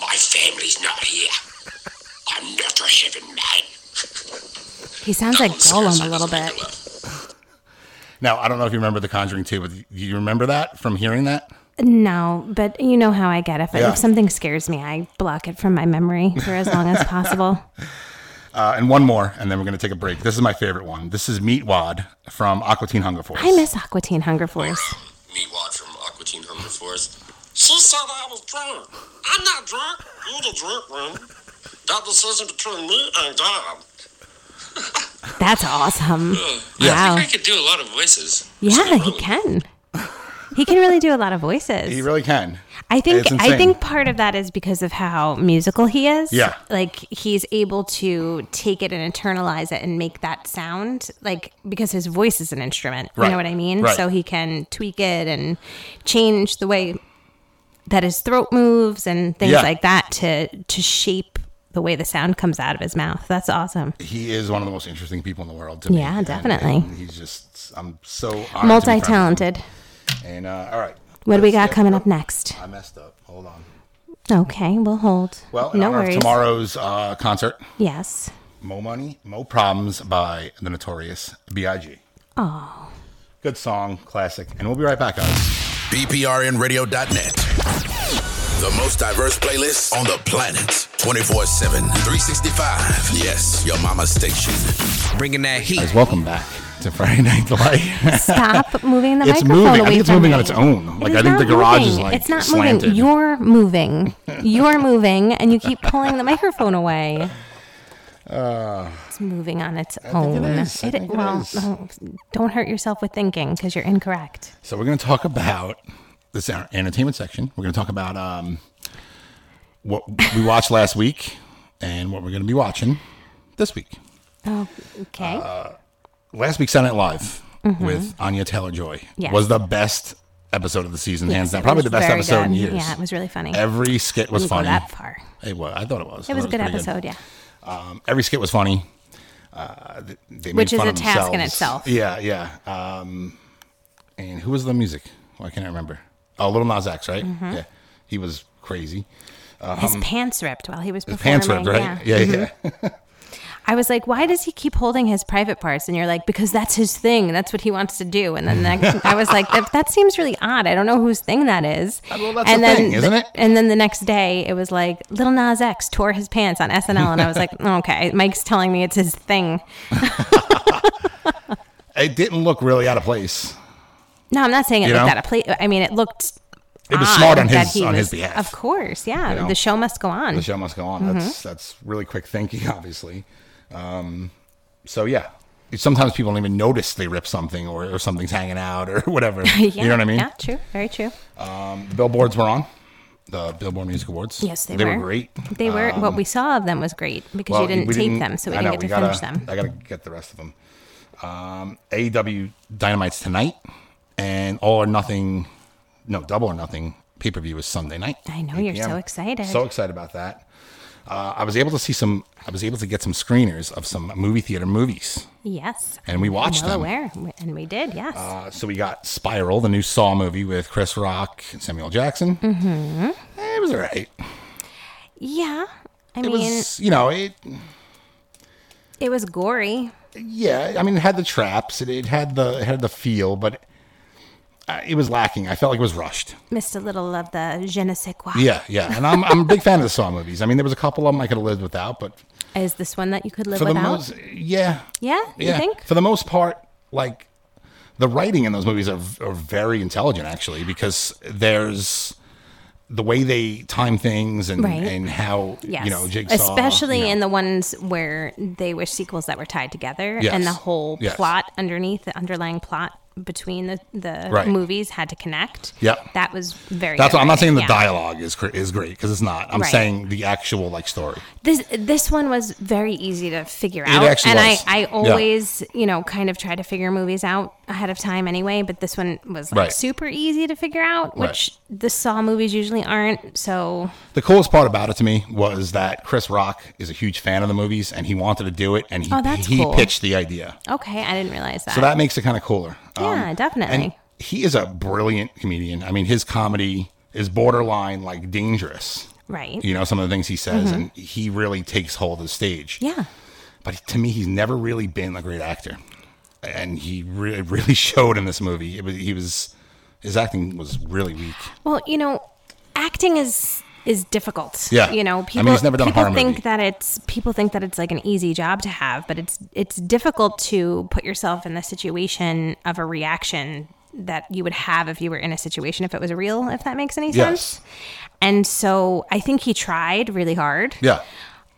Speaker 7: my family's not here. I'm not a heaven man.
Speaker 3: He sounds like Gollum a little bit.
Speaker 2: Now I don't know if you remember The Conjuring Two, but do you remember that from hearing that?
Speaker 3: No, but you know how I get. If,
Speaker 2: Yeah.
Speaker 3: if something scares me, I block it from my memory for as long as possible.
Speaker 2: Uh, and one more, and then we're going to take a break. This is my favorite one. This is Meat Wad from Aqua Teen Hunger Force.
Speaker 3: I miss Aqua Teen Hunger Force.
Speaker 7: Meat Wad from Aqua Teen Hunger Force. She said I was drunk. I'm not drunk. You're the drunk one. That decision between me and God.
Speaker 3: That's awesome.
Speaker 7: I
Speaker 3: Wow.
Speaker 7: think I could do a lot of voices.
Speaker 3: Yeah, he
Speaker 7: Really.
Speaker 3: can. He can really do a lot of voices.
Speaker 2: He really can.
Speaker 3: I think
Speaker 2: It's insane.
Speaker 3: I think part of that is because of how musical he is.
Speaker 2: Yeah.
Speaker 3: Like he's able to take it and internalize it and make that sound like because his voice is an instrument. You
Speaker 2: Right.
Speaker 3: know what I mean?
Speaker 2: Right.
Speaker 3: So he can tweak it and change the way that his throat moves and things
Speaker 2: Yeah.
Speaker 3: like that to to shape the way the sound comes out of his mouth. That's awesome.
Speaker 2: He is one of the most interesting people in the world to me.
Speaker 3: Yeah,
Speaker 2: And-
Speaker 3: definitely.
Speaker 2: and he's just, I'm so honored to be friends with him.
Speaker 3: Multi-talented.
Speaker 2: And uh, all right.
Speaker 3: What do we got
Speaker 2: Let's-
Speaker 3: coming up next?
Speaker 2: I messed up. Hold on.
Speaker 3: Okay, we'll hold.
Speaker 2: Well, in
Speaker 3: no
Speaker 2: honor of
Speaker 3: worries.
Speaker 2: tomorrow's uh, concert,
Speaker 3: Yes.
Speaker 2: Mo Money, Mo Problems by the Notorious B.I.G.
Speaker 3: Oh.
Speaker 2: Good song, classic. And we'll be right back, guys.
Speaker 5: BPRNradio.net. The most diverse playlist on the planet. 24 7, 365. Yes, your mama's station.
Speaker 4: Bringing that heat.
Speaker 2: Guys, welcome back to Friday Night Delight.
Speaker 3: Stop moving the
Speaker 2: it's
Speaker 3: microphone
Speaker 2: moving.
Speaker 3: away
Speaker 2: I think it's
Speaker 3: from
Speaker 2: moving
Speaker 3: me.
Speaker 2: on its own.
Speaker 3: It
Speaker 2: Like
Speaker 3: is
Speaker 2: I think the
Speaker 3: not
Speaker 2: garage is
Speaker 3: moving.
Speaker 2: like
Speaker 3: it's not
Speaker 2: slanted.
Speaker 3: moving. You're moving. You're moving, and you keep pulling the microphone away. it's moving on its own.
Speaker 2: is. Uh, I
Speaker 3: It-
Speaker 2: think it
Speaker 3: well,
Speaker 2: is.
Speaker 3: no, don't hurt yourself with thinking because you're incorrect.
Speaker 2: So we're going to talk about this is our entertainment section. We're going to talk about um, what we watched last week and what we're going to be watching this week.
Speaker 3: Oh, okay.
Speaker 2: Last week's Saturday Night Live with Anya Taylor Joy
Speaker 3: Mm-hmm. Yes.
Speaker 2: was the best episode of the season, hands
Speaker 3: Yes,
Speaker 2: down.
Speaker 3: it
Speaker 2: Probably
Speaker 3: was
Speaker 2: the best
Speaker 3: very
Speaker 2: episode in
Speaker 3: good.
Speaker 2: years.
Speaker 3: Yeah, it was really funny.
Speaker 2: Every skit was
Speaker 3: Didn't go
Speaker 2: funny.
Speaker 3: that far.
Speaker 2: It was. I thought it was. I thought
Speaker 3: It was a good
Speaker 2: pretty
Speaker 3: episode. Yeah.
Speaker 2: Um, every skit was funny. Uh, th- they made
Speaker 3: Which is
Speaker 2: fun
Speaker 3: a
Speaker 2: of
Speaker 3: task in
Speaker 2: themselves.
Speaker 3: itself.
Speaker 2: Yeah, yeah. Um, and who was the music? Why can't I remember? Oh, Little Nas X, right?
Speaker 3: Mm-hmm.
Speaker 2: Yeah, he was crazy.
Speaker 3: His pants ripped while he was
Speaker 2: Um, Pants
Speaker 3: performing.
Speaker 2: ripped,
Speaker 3: Yeah. Mm-hmm.
Speaker 2: right? Yeah, yeah.
Speaker 3: I was like, why does he keep holding his private parts? And you're like, because that's his thing. That's what he wants to do. And then that, I was like, that, that seems really odd. I don't know whose thing that is.
Speaker 2: Uh, Well, that's
Speaker 3: and
Speaker 2: the
Speaker 3: then,
Speaker 2: thing, isn't it?
Speaker 3: And then the next day, it was like, Little Nas X tore his pants on SNL. And I was like, okay, Mike's telling me it's his thing.
Speaker 2: It didn't look really out of place.
Speaker 3: No, I'm not saying it
Speaker 2: You
Speaker 3: looked
Speaker 2: know?
Speaker 3: out of place. I mean, it looked.
Speaker 2: It was
Speaker 3: odd
Speaker 2: smart on
Speaker 3: that
Speaker 2: his-
Speaker 3: he
Speaker 2: on his
Speaker 3: was-
Speaker 2: behalf.
Speaker 3: Of course, yeah.
Speaker 2: You know?
Speaker 3: The show must go on.
Speaker 2: The show must go
Speaker 3: Mm-hmm.
Speaker 2: on. That's that's really quick thinking, obviously. Um, so yeah, sometimes people don't even notice they rip something or, or something's hanging out or whatever.
Speaker 3: Yeah,
Speaker 2: you know what I mean?
Speaker 3: Yeah, true. Very true.
Speaker 2: The billboards were on. The Billboard Music Awards.
Speaker 3: Yes, they
Speaker 2: They were
Speaker 3: were.
Speaker 2: great.
Speaker 3: They were what we saw of them was great because you didn't
Speaker 2: Um, we
Speaker 3: tape them, so we
Speaker 2: I
Speaker 3: didn't
Speaker 2: know,
Speaker 3: get to
Speaker 2: gotta,
Speaker 3: finish them.
Speaker 2: I gotta get the rest of them. Um, AEW Dynamite's tonight, and All or Nothing, no Double or Nothing pay per view is Sunday night.
Speaker 3: I know
Speaker 2: 8
Speaker 3: you're so
Speaker 2: PM.
Speaker 3: excited.
Speaker 2: So excited about that. Uh, I was able to see some. I was able to get some screeners of some movie theater movies,
Speaker 3: Yes.
Speaker 2: and we watched
Speaker 3: well
Speaker 2: them.
Speaker 3: aware, and we did. Yes.
Speaker 2: Uh, so we got Spiral, the new Saw movie with Chris Rock and Samuel Jackson. Mm-hmm. It was all right.
Speaker 3: yeah. I
Speaker 2: It
Speaker 3: mean,
Speaker 2: was, you know, it
Speaker 3: it was gory.
Speaker 2: Yeah, I mean, it had the traps. It, it had the it had the feel, but uh, it was lacking. I felt like it was rushed.
Speaker 3: Missed a little of the je ne sais quoi.
Speaker 2: Yeah, yeah. And I'm I'm a big fan of the Saw movies. I mean, there was a couple of them I could have lived without, but
Speaker 3: Is this one that you could live
Speaker 2: for the
Speaker 3: without?
Speaker 2: most, yeah,
Speaker 3: yeah,
Speaker 2: yeah,
Speaker 3: You think?
Speaker 2: for the most part, like the writing in those movies are are very intelligent actually, because there's the way they time things and
Speaker 3: Right.
Speaker 2: and how
Speaker 3: Yes.
Speaker 2: you know jigsaw,
Speaker 3: Especially
Speaker 2: you know.
Speaker 3: in the ones where they were sequels that were tied together
Speaker 2: Yes.
Speaker 3: and the whole
Speaker 2: Yes.
Speaker 3: plot underneath, the underlying plot between the, the
Speaker 2: Right.
Speaker 3: movies had to connect.
Speaker 2: Yep.
Speaker 3: That was very
Speaker 2: That's
Speaker 3: good
Speaker 2: what, I'm not saying
Speaker 3: writing,
Speaker 2: the
Speaker 3: yeah.
Speaker 2: dialogue is cr- is great because it's not. I'm
Speaker 3: Right.
Speaker 2: saying the actual like story.
Speaker 3: This this one was very easy to figure out,
Speaker 2: actually
Speaker 3: and
Speaker 2: was.
Speaker 3: I I
Speaker 2: Yeah.
Speaker 3: always you know kind of try to figure movies out ahead of time anyway. But this one was like
Speaker 2: Right.
Speaker 3: super easy to figure out,
Speaker 2: Right.
Speaker 3: which the Saw movies usually aren't. So
Speaker 2: The coolest part about it to me was that Chris Rock is a huge fan of the movies and he wanted to do it and he,
Speaker 3: Oh, that's
Speaker 2: he
Speaker 3: cool.
Speaker 2: pitched the idea.
Speaker 3: okay, I didn't realize that.
Speaker 2: So that makes it kind of cooler.
Speaker 3: Yeah, definitely.
Speaker 2: And he is a brilliant comedian. I mean, his comedy is borderline like dangerous.
Speaker 3: right?
Speaker 2: You know, some of the things he says and he really takes hold of the stage.
Speaker 3: Mm-hmm. Yeah.
Speaker 2: But to me, he's never really been a great actor. And he really, really showed in this movie. It was, he was, his acting was really weak.
Speaker 3: Well, you know, acting is is difficult.
Speaker 2: Yeah.
Speaker 3: You
Speaker 2: I
Speaker 3: know,
Speaker 2: mean,
Speaker 3: people
Speaker 2: he's never done a
Speaker 3: people
Speaker 2: horror
Speaker 3: think
Speaker 2: movie.
Speaker 3: that it's people think that it's like an easy job to have, but it's it's difficult to put yourself in the situation of a reaction that you would have if you were in a situation if it was real, if that makes any
Speaker 2: Yes.
Speaker 3: sense. And so I think he tried really hard.
Speaker 2: Yeah.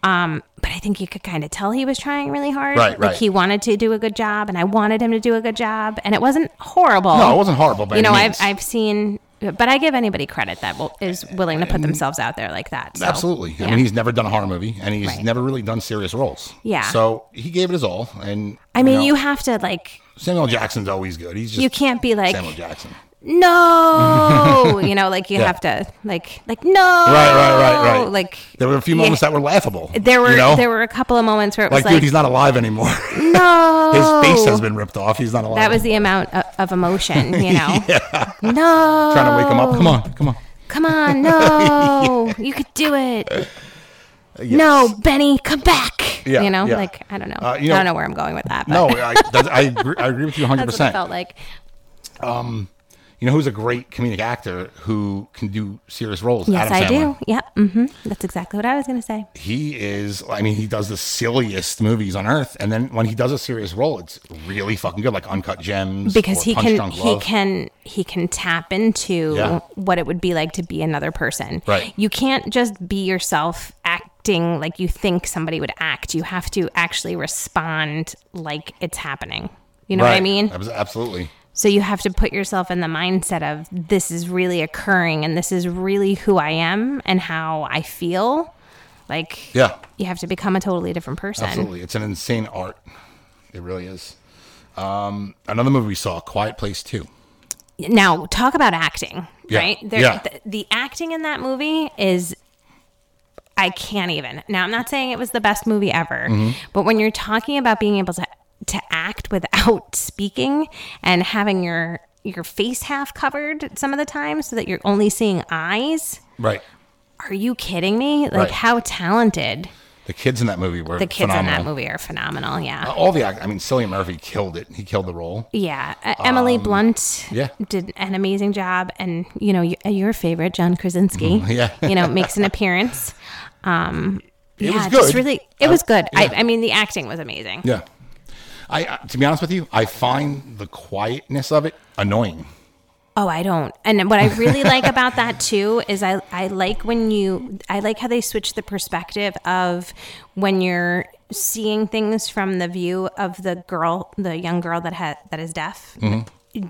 Speaker 3: Um, but I think you could kind of tell he was trying really hard.
Speaker 2: Right,
Speaker 3: like
Speaker 2: right.
Speaker 3: he wanted to do a good job, and I wanted him to do a good job, and it wasn't horrible.
Speaker 2: No, Oh, it wasn't horrible. By
Speaker 3: you know,
Speaker 2: any
Speaker 3: I've
Speaker 2: means.
Speaker 3: I've seen, but I give anybody credit that will, is willing to put themselves out there like that. So,
Speaker 2: Absolutely. I
Speaker 3: yeah.
Speaker 2: mean, he's never done a horror movie, and he's
Speaker 3: Right.
Speaker 2: never really done serious roles.
Speaker 3: Yeah.
Speaker 2: So he gave it his all, and
Speaker 3: I mean,
Speaker 2: know,
Speaker 3: you have to like,
Speaker 2: Samuel Jackson's always good. He's just
Speaker 3: you can't be like,
Speaker 2: Samuel Jackson.
Speaker 3: no, you know, like you
Speaker 2: Yeah.
Speaker 3: have to like, like no,
Speaker 2: Right, right, right, right.
Speaker 3: Like
Speaker 2: There were a few
Speaker 3: yeah.
Speaker 2: moments that were laughable.
Speaker 3: there were
Speaker 2: you know?
Speaker 3: there were a couple of moments where it
Speaker 2: like,
Speaker 3: was like,
Speaker 2: dude, he's not alive anymore. his
Speaker 3: no,
Speaker 2: face has been ripped off. He's not alive.
Speaker 3: That was the amount of, of emotion, you know. No,
Speaker 2: trying to wake him
Speaker 3: Oh.
Speaker 2: up. Come on, come on.
Speaker 3: come on, no, you could do it. No, Benny, come back.
Speaker 2: Uh, Yeah,
Speaker 3: you know,
Speaker 2: yeah.
Speaker 3: like I don't know.
Speaker 2: Uh, you know-
Speaker 3: I don't know where I'm going with that. But
Speaker 2: No, I, that's, I, agree, I agree with you 100%.
Speaker 3: that's what it felt like.
Speaker 2: You know who's a great comedic actor who can do serious roles?
Speaker 3: Yes,
Speaker 2: Adam
Speaker 3: I
Speaker 2: Sandler.
Speaker 3: do. Yeah, hmm that's exactly what I was gonna say.
Speaker 2: He is, I mean, he does the silliest movies on earth. And then when he does a serious role, it's really fucking good, like Uncut Gems.
Speaker 3: Because
Speaker 2: or
Speaker 3: he
Speaker 2: Punch
Speaker 3: can,
Speaker 2: Drunk
Speaker 3: he
Speaker 2: Love.
Speaker 3: can, he can tap into
Speaker 2: Yeah.
Speaker 3: what it would be like to be another person.
Speaker 2: Right.
Speaker 3: You can't just be yourself acting like you think somebody would act. You have to actually respond like it's happening. You know what I
Speaker 2: Right.
Speaker 3: mean?
Speaker 2: Abs- Absolutely.
Speaker 3: So you have to put yourself in the mindset of this is really occurring and this is really who I am and how I feel. Like
Speaker 2: Yeah.
Speaker 3: you have to become a totally different person.
Speaker 2: Absolutely. It's an insane art. It really is. Um, another movie we saw, Quiet Place 2.
Speaker 3: Now, talk about acting,
Speaker 2: Yeah.
Speaker 3: right?
Speaker 2: Yeah.
Speaker 3: th- the acting in that movie is I can't even. Now, I'm not saying it was the best movie ever,
Speaker 2: Mm-hmm.
Speaker 3: but when you're talking about being able to to act without speaking and having your your face half covered some of the time so that you're only seeing eyes
Speaker 2: Right.
Speaker 3: Are you kidding me? Like
Speaker 2: Right.
Speaker 3: how talented
Speaker 2: The kids in that movie were
Speaker 3: the kids
Speaker 2: phenomenal. Oh.
Speaker 3: in that movie are phenomenal. Yeah.
Speaker 2: All the act- I mean, Cillian Murphy killed it. He killed the role.
Speaker 3: yeah. Uh, Emily Blunt
Speaker 2: Um, yeah.
Speaker 3: did an amazing job. And, you know, y- uh, your favorite, John Krasinski,
Speaker 2: Mm, yeah.
Speaker 3: you know, makes an appearance. Um,
Speaker 2: It
Speaker 3: yeah.
Speaker 2: was
Speaker 3: Just
Speaker 2: good.
Speaker 3: really, it was good. I, I mean, the acting was amazing.
Speaker 2: Yeah. I uh, to be honest with you, I find the quietness of it annoying.
Speaker 3: Oh, I don't. And what I really like about that too is I I like when you I like how they switch the perspective of when you're seeing things from the view of the girl, the young girl that ha- that is deaf.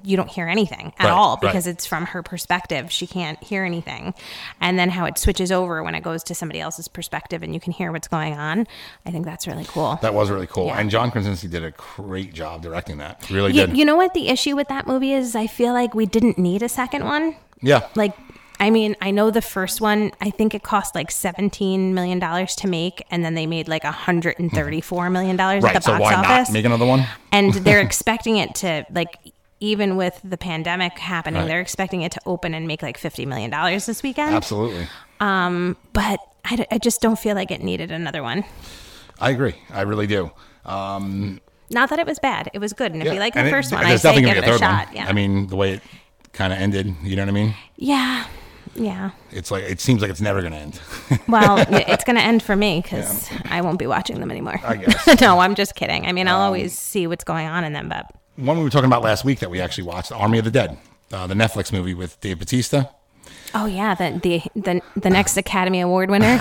Speaker 3: You don't hear anything
Speaker 2: Mm-hmm.
Speaker 3: at
Speaker 2: Right,
Speaker 3: all
Speaker 2: right.
Speaker 3: because it's from her perspective. She can't hear anything. And then how it switches over when it goes to somebody else's perspective and you can hear what's going on. I think that's really cool.
Speaker 2: That was really cool.
Speaker 3: Yeah.
Speaker 2: And John Krasinski did a great job directing that. Really
Speaker 3: you,
Speaker 2: did.
Speaker 3: you know what the issue with that movie is? I feel like we didn't need a second one.
Speaker 2: yeah.
Speaker 3: like I mean, I know the first one, I think it cost like $17 million to make, and then they made like $134 million at
Speaker 2: Mm-hmm. right.
Speaker 3: the
Speaker 2: So
Speaker 3: box
Speaker 2: why
Speaker 3: office.
Speaker 2: not make another one?
Speaker 3: and they're expecting it to, like, even with the pandemic happening,
Speaker 2: Right.
Speaker 3: they're expecting it to open and make like $50 million this weekend.
Speaker 2: Absolutely.
Speaker 3: But I, d- I just don't feel like it needed another one.
Speaker 2: I agree. I really do. Um,
Speaker 3: Not that it was bad, it was good. And if
Speaker 2: yeah.
Speaker 3: you like
Speaker 2: And
Speaker 3: the
Speaker 2: it-
Speaker 3: first one, I
Speaker 2: there's
Speaker 3: say
Speaker 2: definitely
Speaker 3: give
Speaker 2: gonna
Speaker 3: it
Speaker 2: be
Speaker 3: a
Speaker 2: third one.
Speaker 3: shot. Yeah.
Speaker 2: I mean, the way it kind of ended. You know what I mean?
Speaker 3: yeah. Yeah.
Speaker 2: It's like it seems like it's never going to end.
Speaker 3: Well, it's going to end for me because I won't be watching them anymore. I
Speaker 2: guess. Um,
Speaker 3: no, I'm just kidding. I mean, I'll always see what's going on in them, but
Speaker 2: one we were talking about last week that we actually watched, Army of the Dead, uh, the Netflix movie with Dave Batista.
Speaker 3: oh yeah, the the the, the next Academy Award winner.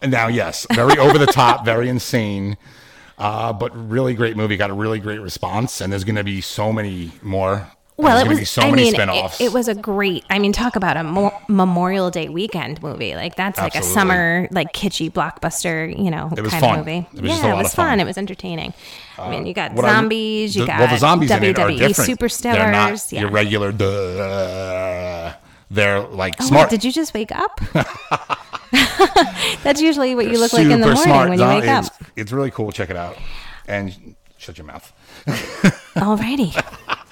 Speaker 2: And Now, yes, very over the top, very insane, uh, but really great movie. Got a really great response, and there's going to be so many more.
Speaker 3: well,
Speaker 2: there's
Speaker 3: it
Speaker 2: gonna
Speaker 3: was.
Speaker 2: be so
Speaker 3: I
Speaker 2: many
Speaker 3: mean,
Speaker 2: spinoffs.
Speaker 3: it, it was a great. I mean, talk about a mo- Memorial Day weekend movie. Like that's like
Speaker 2: Absolutely.
Speaker 3: a summer like kitschy blockbuster. You know,
Speaker 2: It was
Speaker 3: kind
Speaker 2: fun.
Speaker 3: of movie.
Speaker 2: It was
Speaker 3: yeah,
Speaker 2: just a
Speaker 3: it
Speaker 2: lot
Speaker 3: was
Speaker 2: of fun. Uh,
Speaker 3: It was entertaining. I mean, you got
Speaker 2: What I-
Speaker 3: zombies. you
Speaker 2: the-
Speaker 3: got
Speaker 2: well, the zombies in
Speaker 3: WWE
Speaker 2: it are different. They're not
Speaker 3: superstars.
Speaker 2: your
Speaker 3: Yeah.
Speaker 2: regular. Duh, they're like
Speaker 3: Oh,
Speaker 2: smart.
Speaker 3: Did you just wake up? That's usually what you look like in the
Speaker 2: super
Speaker 3: morning
Speaker 2: smart
Speaker 3: when you
Speaker 2: zo-
Speaker 3: wake up.
Speaker 2: it's, It's really cool. Check it out, and shut your mouth.
Speaker 3: Alrighty.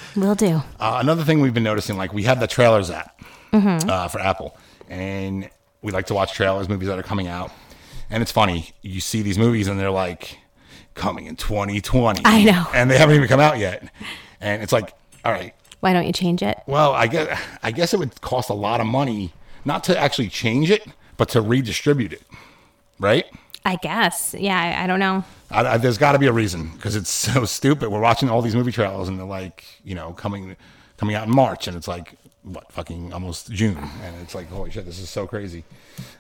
Speaker 3: Will do.
Speaker 2: Uh, another thing we've been noticing, like we have the trailers app
Speaker 3: Mm-hmm.
Speaker 2: uh, for Apple, and we like to watch trailers, movies that are coming out. And it's funny, you see these movies, and they're like coming in 2020.
Speaker 3: I know.
Speaker 2: and they haven't even come out yet. And it's like, all right,
Speaker 3: Why don't you change it?
Speaker 2: well, I guess I guess it would cost a lot of money not to actually change it, but to redistribute it, right?
Speaker 3: I guess. Yeah, I, I don't know.
Speaker 2: I, I, there's got to be a reason because it's so stupid. We're watching all these movie trailers and they're like, you know, coming coming out in March, and it's like, what fucking almost June, and it's like holy shit, this is so crazy.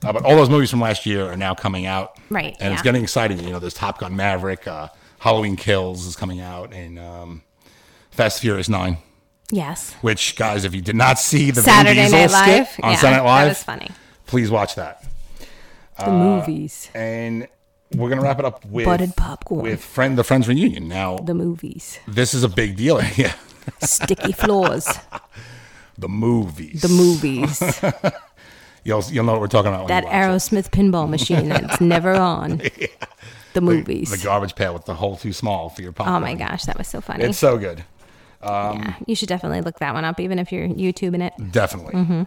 Speaker 2: Uh, but all those movies from last year are now coming out,
Speaker 3: Right,
Speaker 2: And it's
Speaker 3: yeah.
Speaker 2: getting exciting. You know, there's Top Gun Maverick, uh, Halloween Kills is coming out, and um, Fast Furious Nine.
Speaker 3: Yes.
Speaker 2: Which guys, if you did not see the Vin
Speaker 3: Saturday
Speaker 2: Diesel
Speaker 3: Night Live.
Speaker 2: skit on
Speaker 3: Yeah,
Speaker 2: Saturday Night Live,
Speaker 3: That was funny.
Speaker 2: please watch that.
Speaker 3: The movies.
Speaker 2: And we're gonna wrap it up with
Speaker 3: Buttered popcorn.
Speaker 2: with friend the Friends reunion. Now
Speaker 3: The movies.
Speaker 2: this is a big deal. yeah,
Speaker 3: Sticky floors.
Speaker 2: the movies.
Speaker 3: The movies.
Speaker 2: You'll you'll know what we're talking about. When
Speaker 3: that
Speaker 2: you watch it.
Speaker 3: Aerosmith pinball machine that's never on. The movies.
Speaker 2: the garbage pail with the hole too small for your popcorn.
Speaker 3: oh my gosh, that was so funny.
Speaker 2: it's um, so good.
Speaker 3: yeah. You should definitely look that one up, even if you're YouTubing it.
Speaker 2: Definitely.
Speaker 3: Mm-hmm.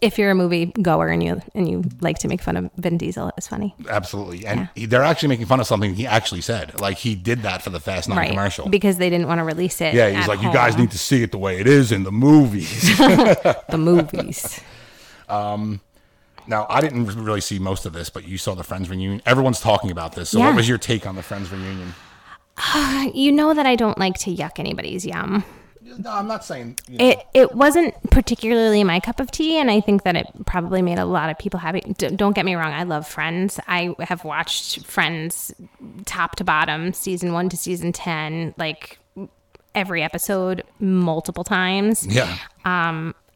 Speaker 3: If you're a movie goer and you and you like to make fun of Vin Diesel, it's funny,
Speaker 2: Absolutely. And he, they're actually making fun of something he actually said. Like he did that for the Fast Nine
Speaker 3: right?
Speaker 2: commercial.
Speaker 3: Because they didn't want to release it.
Speaker 2: yeah, he's
Speaker 3: at
Speaker 2: like, you guys
Speaker 3: home.
Speaker 2: need to see it the way it is in the movies.
Speaker 3: the movies.
Speaker 2: now, I didn't really see most of this, but you saw the Friends reunion. Everyone's talking about this. So,
Speaker 3: Yeah.
Speaker 2: what was your take on the Friends reunion?
Speaker 3: you know that I don't like to yuck anybody's yum.
Speaker 2: No, I'm not saying. You know,
Speaker 3: It it wasn't particularly my cup of tea, and I think that it probably made a lot of people happy. D- don't get me wrong, I love Friends. I have watched Friends top to bottom, season one to season ten, like every episode multiple times.
Speaker 2: yeah.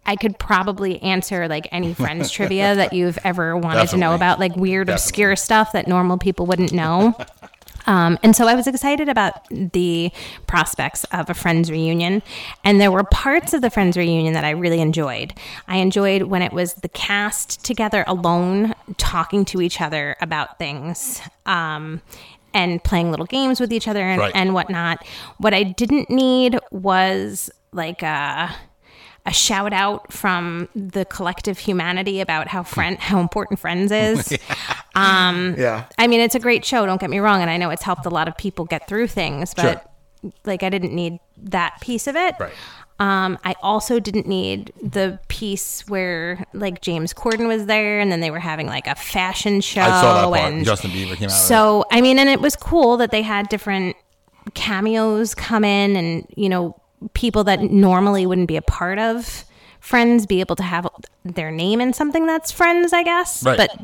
Speaker 3: I could probably answer like any Friends trivia that you've ever wanted to know
Speaker 2: Definitely.
Speaker 3: about, like weird, obscure
Speaker 2: Definitely.
Speaker 3: stuff that normal people wouldn't know. Um, and so I was excited about the prospects of a Friends reunion. And there were parts of the Friends reunion that I really enjoyed. I enjoyed when it was the cast together alone, talking to each other about things. Um, and playing little games with each other and,
Speaker 2: Right.
Speaker 3: and whatnot. What I didn't need was like a a shout out from the collective humanity about how friend how important friends is.
Speaker 2: Yeah.
Speaker 3: I mean, it's a great show. Don't get me wrong, and I know it's helped a lot of people get through things, but like I didn't need that piece of it.
Speaker 2: Right.
Speaker 3: Um, I also didn't need the piece where like James Corden was there, and then they were having like a fashion show.
Speaker 2: I saw that part.
Speaker 3: and
Speaker 2: Justin Bieber came out. of it.
Speaker 3: so I mean, and it was cool that they had different cameos come in, and you know, people that normally wouldn't be a part of Friends be able to have their name in something that's Friends, I guess.
Speaker 2: Right.
Speaker 3: But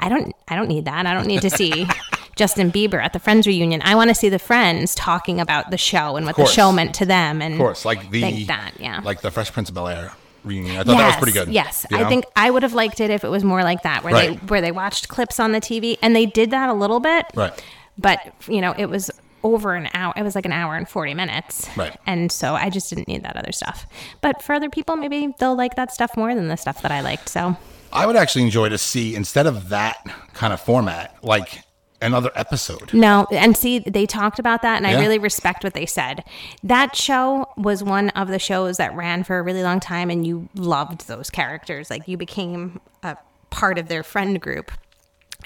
Speaker 3: I don't, I don't need that. I don't need to see. Justin Bieber at the Friends reunion. I want to see the Friends talking about the show and what the
Speaker 2: course.
Speaker 3: show meant to them. And
Speaker 2: of course, like the
Speaker 3: think that, yeah.
Speaker 2: like the Fresh Prince of Bel Air reunion. I thought that was pretty good.
Speaker 3: Yes,
Speaker 2: you
Speaker 3: I
Speaker 2: know?
Speaker 3: think I would have liked it if it was more like that, where they
Speaker 2: Right.
Speaker 3: where they watched clips on the TV, and they did that a little bit.
Speaker 2: Right.
Speaker 3: But you know, it was over an hour. It was like an hour and forty minutes.
Speaker 2: Right.
Speaker 3: And so I just didn't need that other stuff. But for other people, maybe they'll like that stuff more than the stuff that I liked. So
Speaker 2: I would actually enjoy to see instead of that kind of format, like another episode.
Speaker 3: No, and see, they talked about that, and
Speaker 2: Yeah.
Speaker 3: I really respect what they said. That show was one of the shows that ran for a really long time, and you loved those characters. Like, you became a part of their friend group.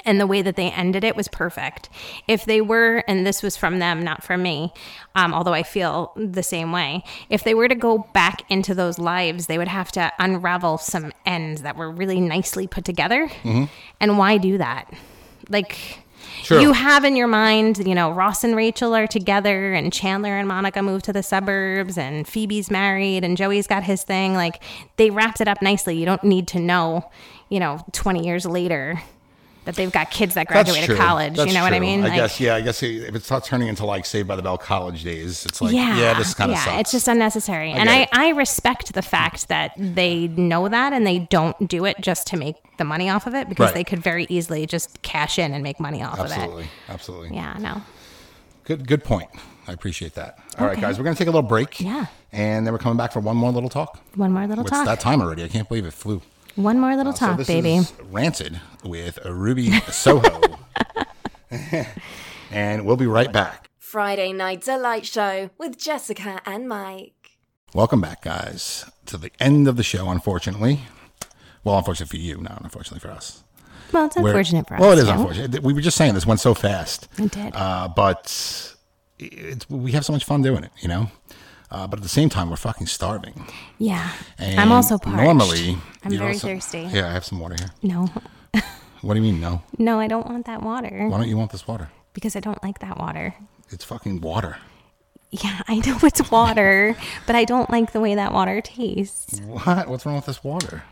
Speaker 3: And the way that they ended it was perfect. If they were, and this was from them, not from me, um, although I feel the same way, if they were to go back into those lives, they would have to unravel some ends that were really nicely put together. And why do that? Like,
Speaker 2: Sure.
Speaker 3: you have in your mind, you know, Ross and Rachel are together, and Chandler and Monica moved to the suburbs, and Phoebe's married, and Joey's got his thing. Like they wrapped it up nicely. You don't need to know, you know, 20 years later that they've got kids that graduated college.
Speaker 2: That's
Speaker 3: you know what I
Speaker 2: true.
Speaker 3: mean?
Speaker 2: I
Speaker 3: like,
Speaker 2: guess yeah. I guess if it's not turning into like Saved by the Bell college days, it's like yeah, this kind of
Speaker 3: yeah,
Speaker 2: sucks.
Speaker 3: It's just unnecessary. and
Speaker 2: get
Speaker 3: I,
Speaker 2: it.
Speaker 3: I respect the fact that they know that and they don't do it just to make the money off of it because
Speaker 2: Right.
Speaker 3: they could very easily just cash in and make money off of
Speaker 2: absolutely,
Speaker 3: it.
Speaker 2: absolutely.
Speaker 3: Yeah, no.
Speaker 2: Good, good point. I appreciate that. All right, guys, we're gonna take a little break.
Speaker 3: Yeah.
Speaker 2: and then we're coming back for one more little talk.
Speaker 3: One more little
Speaker 2: it's
Speaker 3: talk.
Speaker 2: that time already. I can't believe it flew. Uh,
Speaker 3: One more little
Speaker 2: So
Speaker 3: talk,
Speaker 2: this
Speaker 3: baby.
Speaker 2: is Ranted with Ruby Soho, and we'll be right back.
Speaker 6: Friday Night Delight Show with Jessica and Mike.
Speaker 2: Welcome back, guys, to the end of the show, unfortunately. Well, unfortunately for you, not unfortunately for us.
Speaker 3: Well, it's
Speaker 2: We're-
Speaker 3: unfortunate for us.
Speaker 2: Well, it is
Speaker 3: no?
Speaker 2: unfortunate. We were just saying this went so fast.
Speaker 3: It did.
Speaker 2: Uh, but it's, we have so much fun doing it, you know? Uh, but at the same time, we're fucking starving.
Speaker 3: Yeah.
Speaker 2: And
Speaker 3: I'm also parched.
Speaker 2: Normally,
Speaker 3: I'm
Speaker 2: you know,
Speaker 3: very
Speaker 2: some-
Speaker 3: thirsty.
Speaker 2: Yeah, I have some water here.
Speaker 3: No,
Speaker 2: What do you mean, no?
Speaker 3: no, I don't want that water
Speaker 2: Why don't you want this water?
Speaker 3: because I don't like that water.
Speaker 2: It's fucking water.
Speaker 3: yeah, I know it's water, but I don't like the way that water tastes.
Speaker 2: What? What's wrong with this water?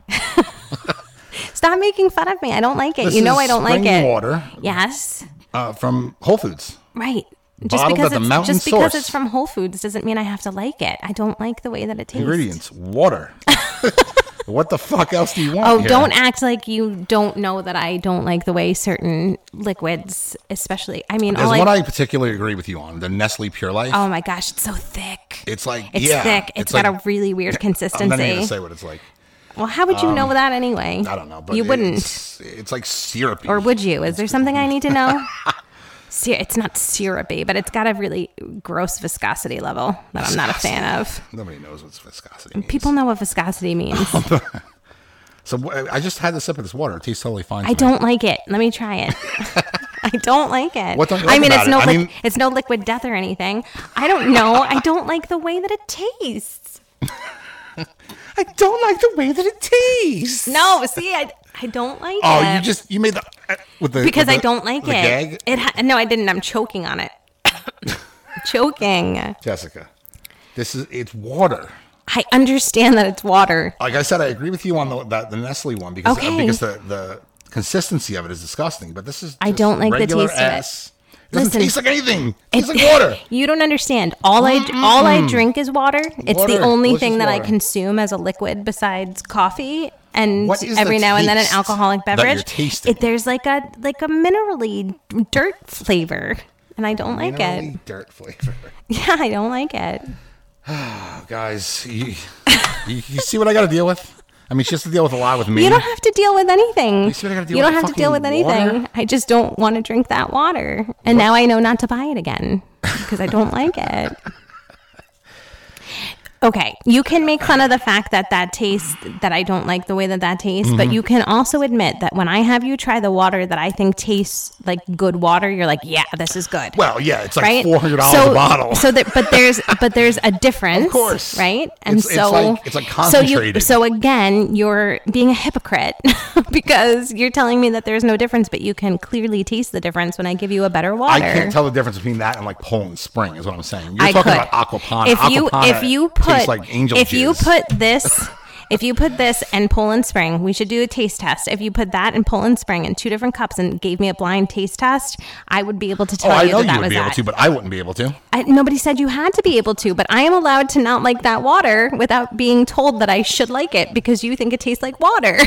Speaker 3: Stop making fun of me. I don't like it.
Speaker 2: This
Speaker 3: you know
Speaker 2: is
Speaker 3: I don't like
Speaker 2: spring
Speaker 3: it.
Speaker 2: Water
Speaker 3: Yes.
Speaker 2: uh, from Whole Foods.
Speaker 3: Right. Just
Speaker 2: Bottled at
Speaker 3: because,
Speaker 2: the
Speaker 3: it's,
Speaker 2: mountain
Speaker 3: just because
Speaker 2: source.
Speaker 3: it's from Whole Foods doesn't mean I have to like it. I don't like the way that it tastes.
Speaker 2: Ingredients: water. what the fuck else do you want?
Speaker 3: Oh,
Speaker 2: here?
Speaker 3: don't act like you don't know that I don't like the way certain liquids, especially. I mean,
Speaker 2: There's
Speaker 3: all
Speaker 2: one
Speaker 3: I,
Speaker 2: I particularly agree with you on the Nestle Pure Life.
Speaker 3: oh my gosh, it's so thick.
Speaker 2: it's like
Speaker 3: It's
Speaker 2: yeah,
Speaker 3: thick. it's got
Speaker 2: like-
Speaker 3: a really
Speaker 2: I'm
Speaker 3: weird
Speaker 2: not even
Speaker 3: consistency.
Speaker 2: gonna say what it's like.
Speaker 3: well, how would you know that anyway?
Speaker 2: I don't know, but
Speaker 3: you
Speaker 2: it-
Speaker 3: wouldn't,
Speaker 2: It's, it's like syrupy.
Speaker 3: or would you? Is there something I need to know? Sy- it's not syrupy, but it's got a really gross viscosity level that I'm not a fan of.
Speaker 2: Nobody knows what viscosity means.
Speaker 3: People know what viscosity
Speaker 2: Oh,
Speaker 3: means.
Speaker 2: So wh- I just had a sip of this water. It tastes totally fine. to
Speaker 3: I
Speaker 2: me.
Speaker 3: don't like it. Let me try it. I don't like it.
Speaker 2: What don't you
Speaker 3: I
Speaker 2: like
Speaker 3: mean,
Speaker 2: about
Speaker 3: it's
Speaker 2: it?
Speaker 3: no
Speaker 2: I
Speaker 3: liq-
Speaker 2: mean-
Speaker 3: it's no liquid death or anything. I don't know. I don't like the way that it tastes.
Speaker 2: I don't like the way that it tastes.
Speaker 3: No, see, I, I don't like
Speaker 2: Oh,
Speaker 3: it.
Speaker 2: you just you made the uh, with the
Speaker 3: because
Speaker 2: with
Speaker 3: I
Speaker 2: the-
Speaker 3: don't like
Speaker 2: the
Speaker 3: it.
Speaker 2: Gag?
Speaker 3: It ha- no, I didn't. I'm choking on it. choking.
Speaker 2: Jessica, this is it's water.
Speaker 3: I understand that it's water.
Speaker 2: Like I said, I agree with you on the the, the Nestle one because uh,
Speaker 3: Okay.
Speaker 2: because the the consistency of it is disgusting. But this is
Speaker 3: I
Speaker 2: just
Speaker 3: don't like the
Speaker 2: regular
Speaker 3: taste of it.
Speaker 2: ass. It doesn't
Speaker 3: Listen.
Speaker 2: taste like anything. It tastes
Speaker 3: It-
Speaker 2: like water. Hmm.
Speaker 3: You don't understand. All I all I drink is water. It's the
Speaker 2: Water.
Speaker 3: only
Speaker 2: Delicious
Speaker 3: thing that I
Speaker 2: water.
Speaker 3: consume as a liquid besides coffee and
Speaker 2: What is the
Speaker 3: every now and then an
Speaker 2: taste
Speaker 3: alcoholic
Speaker 2: that you're
Speaker 3: beverage.
Speaker 2: tasting?
Speaker 3: It, there's like a like a minerally dirt flavor, and I don't like it.
Speaker 2: Minerally Dirt flavor.
Speaker 3: Yeah, I don't like it.
Speaker 2: Oh, guys, you, you you see what I got to deal with? I mean, she has to deal with a lot with me.
Speaker 3: You don't have to deal with anything. You,
Speaker 2: see what I gotta deal
Speaker 3: don't
Speaker 2: with?
Speaker 3: have to deal with
Speaker 2: Fucking water?
Speaker 3: anything. I just don't want to drink that water, and now I know not to buy it again because I don't like it. Okay, you can make fun of the fact that that tastes that I don't like the way that that tastes, but
Speaker 2: Mm-hmm.
Speaker 3: you can also admit that when I have you try the water that I think tastes like good water, you're like, yeah, this is good
Speaker 2: well, yeah, it's like
Speaker 3: right?
Speaker 2: four hundred dollars
Speaker 3: so,
Speaker 2: a bottle.
Speaker 3: So that, but there's, but there's a difference,
Speaker 2: Of course.
Speaker 3: right? And
Speaker 2: It's- it's
Speaker 3: so
Speaker 2: like- it's like concentrated.
Speaker 3: So, you, so again, you're being a hypocrite because you're telling me that there's no difference, but you can clearly taste the difference when I give you a better water.
Speaker 2: I can't tell the difference between that and like Poland Spring is what I'm saying. You're
Speaker 3: I
Speaker 2: talking
Speaker 3: could.
Speaker 2: about aquapana.
Speaker 3: If you
Speaker 2: Aquapana
Speaker 3: if you
Speaker 2: tastes
Speaker 3: put
Speaker 2: like angel
Speaker 3: if you
Speaker 2: juice.
Speaker 3: put this if you put this and Poland Spring, we should do a taste test. If you put that and Poland Spring in two different cups and gave me a blind taste test, I would be able to
Speaker 2: oh,
Speaker 3: tell
Speaker 2: I
Speaker 3: you
Speaker 2: know
Speaker 3: that that
Speaker 2: you would
Speaker 3: was
Speaker 2: be able
Speaker 3: that.
Speaker 2: to, but I wouldn't be able to.
Speaker 3: I, nobody said you had to be able to, but I am allowed to not like that water without being told that I should like it because you think it tastes like water.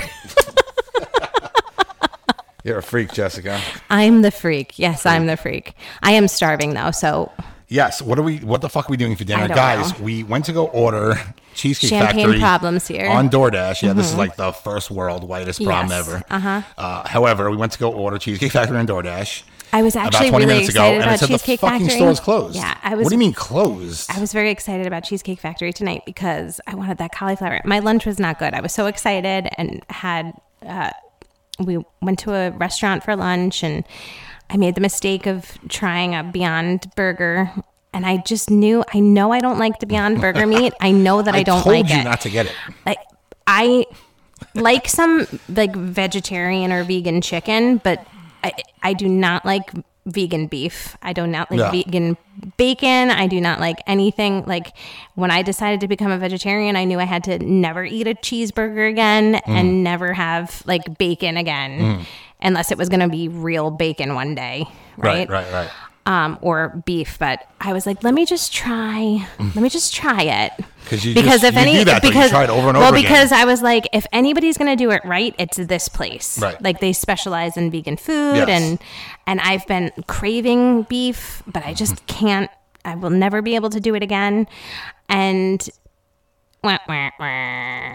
Speaker 2: You're a freak, Jessica.
Speaker 3: I'm the freak. Yes, I'm the freak. I am starving though, so
Speaker 2: Yes. What are we? What the fuck are we doing for dinner,
Speaker 3: don't
Speaker 2: guys?
Speaker 3: know.
Speaker 2: We went to go order cheesecake
Speaker 3: Champagne
Speaker 2: factory
Speaker 3: problems here. Mm-hmm.
Speaker 2: on DoorDash. Yeah, this is like the first world whitest problem
Speaker 3: Yes,
Speaker 2: ever. Uh-huh. However, we went to go order cheesecake factory on DoorDash.
Speaker 3: I was actually really excited
Speaker 2: and it
Speaker 3: about
Speaker 2: said
Speaker 3: Cheesecake
Speaker 2: the fucking
Speaker 3: Factory.
Speaker 2: store's closed.
Speaker 3: Yeah, I was-
Speaker 2: What do you mean closed?
Speaker 3: I was very excited about Cheesecake Factory tonight because I wanted that cauliflower. My lunch was not good. I was so excited and had uh, we went to a restaurant for lunch and I made the mistake of trying a Beyond Burger. And I just knew, I know I don't like the Beyond Burger meat. I know that I, don't
Speaker 2: told
Speaker 3: like
Speaker 2: you
Speaker 3: it.
Speaker 2: not to get it.
Speaker 3: like I like some like vegetarian or vegan chicken, but I I do not like vegan beef. I do not like
Speaker 2: Yeah.
Speaker 3: vegan bacon. I do not like anything like when I decided to become a vegetarian, I knew I had to never eat a cheeseburger again
Speaker 2: Mm.
Speaker 3: and never have like bacon again unless it was going to be real bacon one day,
Speaker 2: Right, right, right.
Speaker 3: um, or beef, but I was like, let me just try,
Speaker 2: Mm.
Speaker 3: let me just try it.
Speaker 2: 'Cause you just- you do that, though. You try it over and
Speaker 3: well,
Speaker 2: over again.
Speaker 3: because I was like, if anybody's gonna do it right, it's this place.
Speaker 2: Right.
Speaker 3: Like they specialize in vegan food,
Speaker 2: Yes.
Speaker 3: and and I've been craving beef, but I just
Speaker 2: Mm-hmm.
Speaker 3: can't. I will never be able to do it again, and. wah, wah, wah.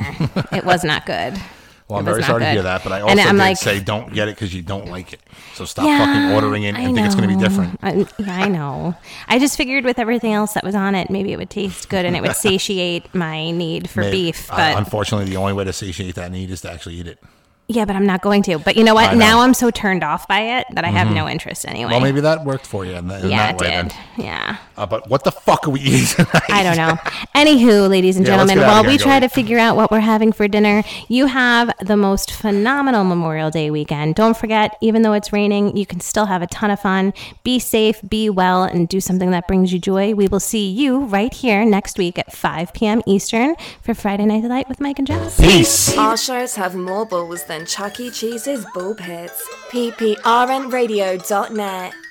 Speaker 3: it was not good.
Speaker 2: Well, I'm
Speaker 3: It was
Speaker 2: very
Speaker 3: not
Speaker 2: sorry to hear
Speaker 3: good.
Speaker 2: that, but I
Speaker 3: And
Speaker 2: also
Speaker 3: I'm
Speaker 2: did
Speaker 3: like-
Speaker 2: say don't get it because you don't like it. So stop
Speaker 3: Yeah,
Speaker 2: fucking ordering it
Speaker 3: I
Speaker 2: and think it's going to be
Speaker 3: know.
Speaker 2: different.
Speaker 3: I, yeah, I know. I just figured with everything else that was on it, maybe it would taste good and it would satiate my need for
Speaker 2: Maybe.
Speaker 3: beef.
Speaker 2: Uh,
Speaker 3: But
Speaker 2: unfortunately, the only way to satiate that need is to actually eat it.
Speaker 3: Yeah, but I'm not going to. But you know what?
Speaker 2: I know. Mm-hmm.
Speaker 3: Now I'm so turned off by it that I have no interest anyway.
Speaker 2: Well, maybe that worked for you in, th- in
Speaker 3: yeah,
Speaker 2: that
Speaker 3: it
Speaker 2: way.
Speaker 3: did.
Speaker 2: Then.
Speaker 3: Yeah.
Speaker 2: Uh, but what the fuck are we eating tonight?
Speaker 3: I don't know. Anywho, ladies and
Speaker 2: Yeah, let's
Speaker 3: gentlemen,
Speaker 2: get outta
Speaker 3: while
Speaker 2: here,
Speaker 3: we try
Speaker 2: Joey.
Speaker 3: to figure out what we're having for dinner, you have the most phenomenal Memorial Day weekend. Don't forget, even though it's raining, you can still have a ton of fun. Be safe, be well, and do something that brings you joy. We will see you right here next week at 5 p.m. Eastern for Friday Night Light with Mike and Jess.
Speaker 2: Peace.
Speaker 6: Our shows have more balls than Chuck E. Cheese's ball pits. PPRNradio.net.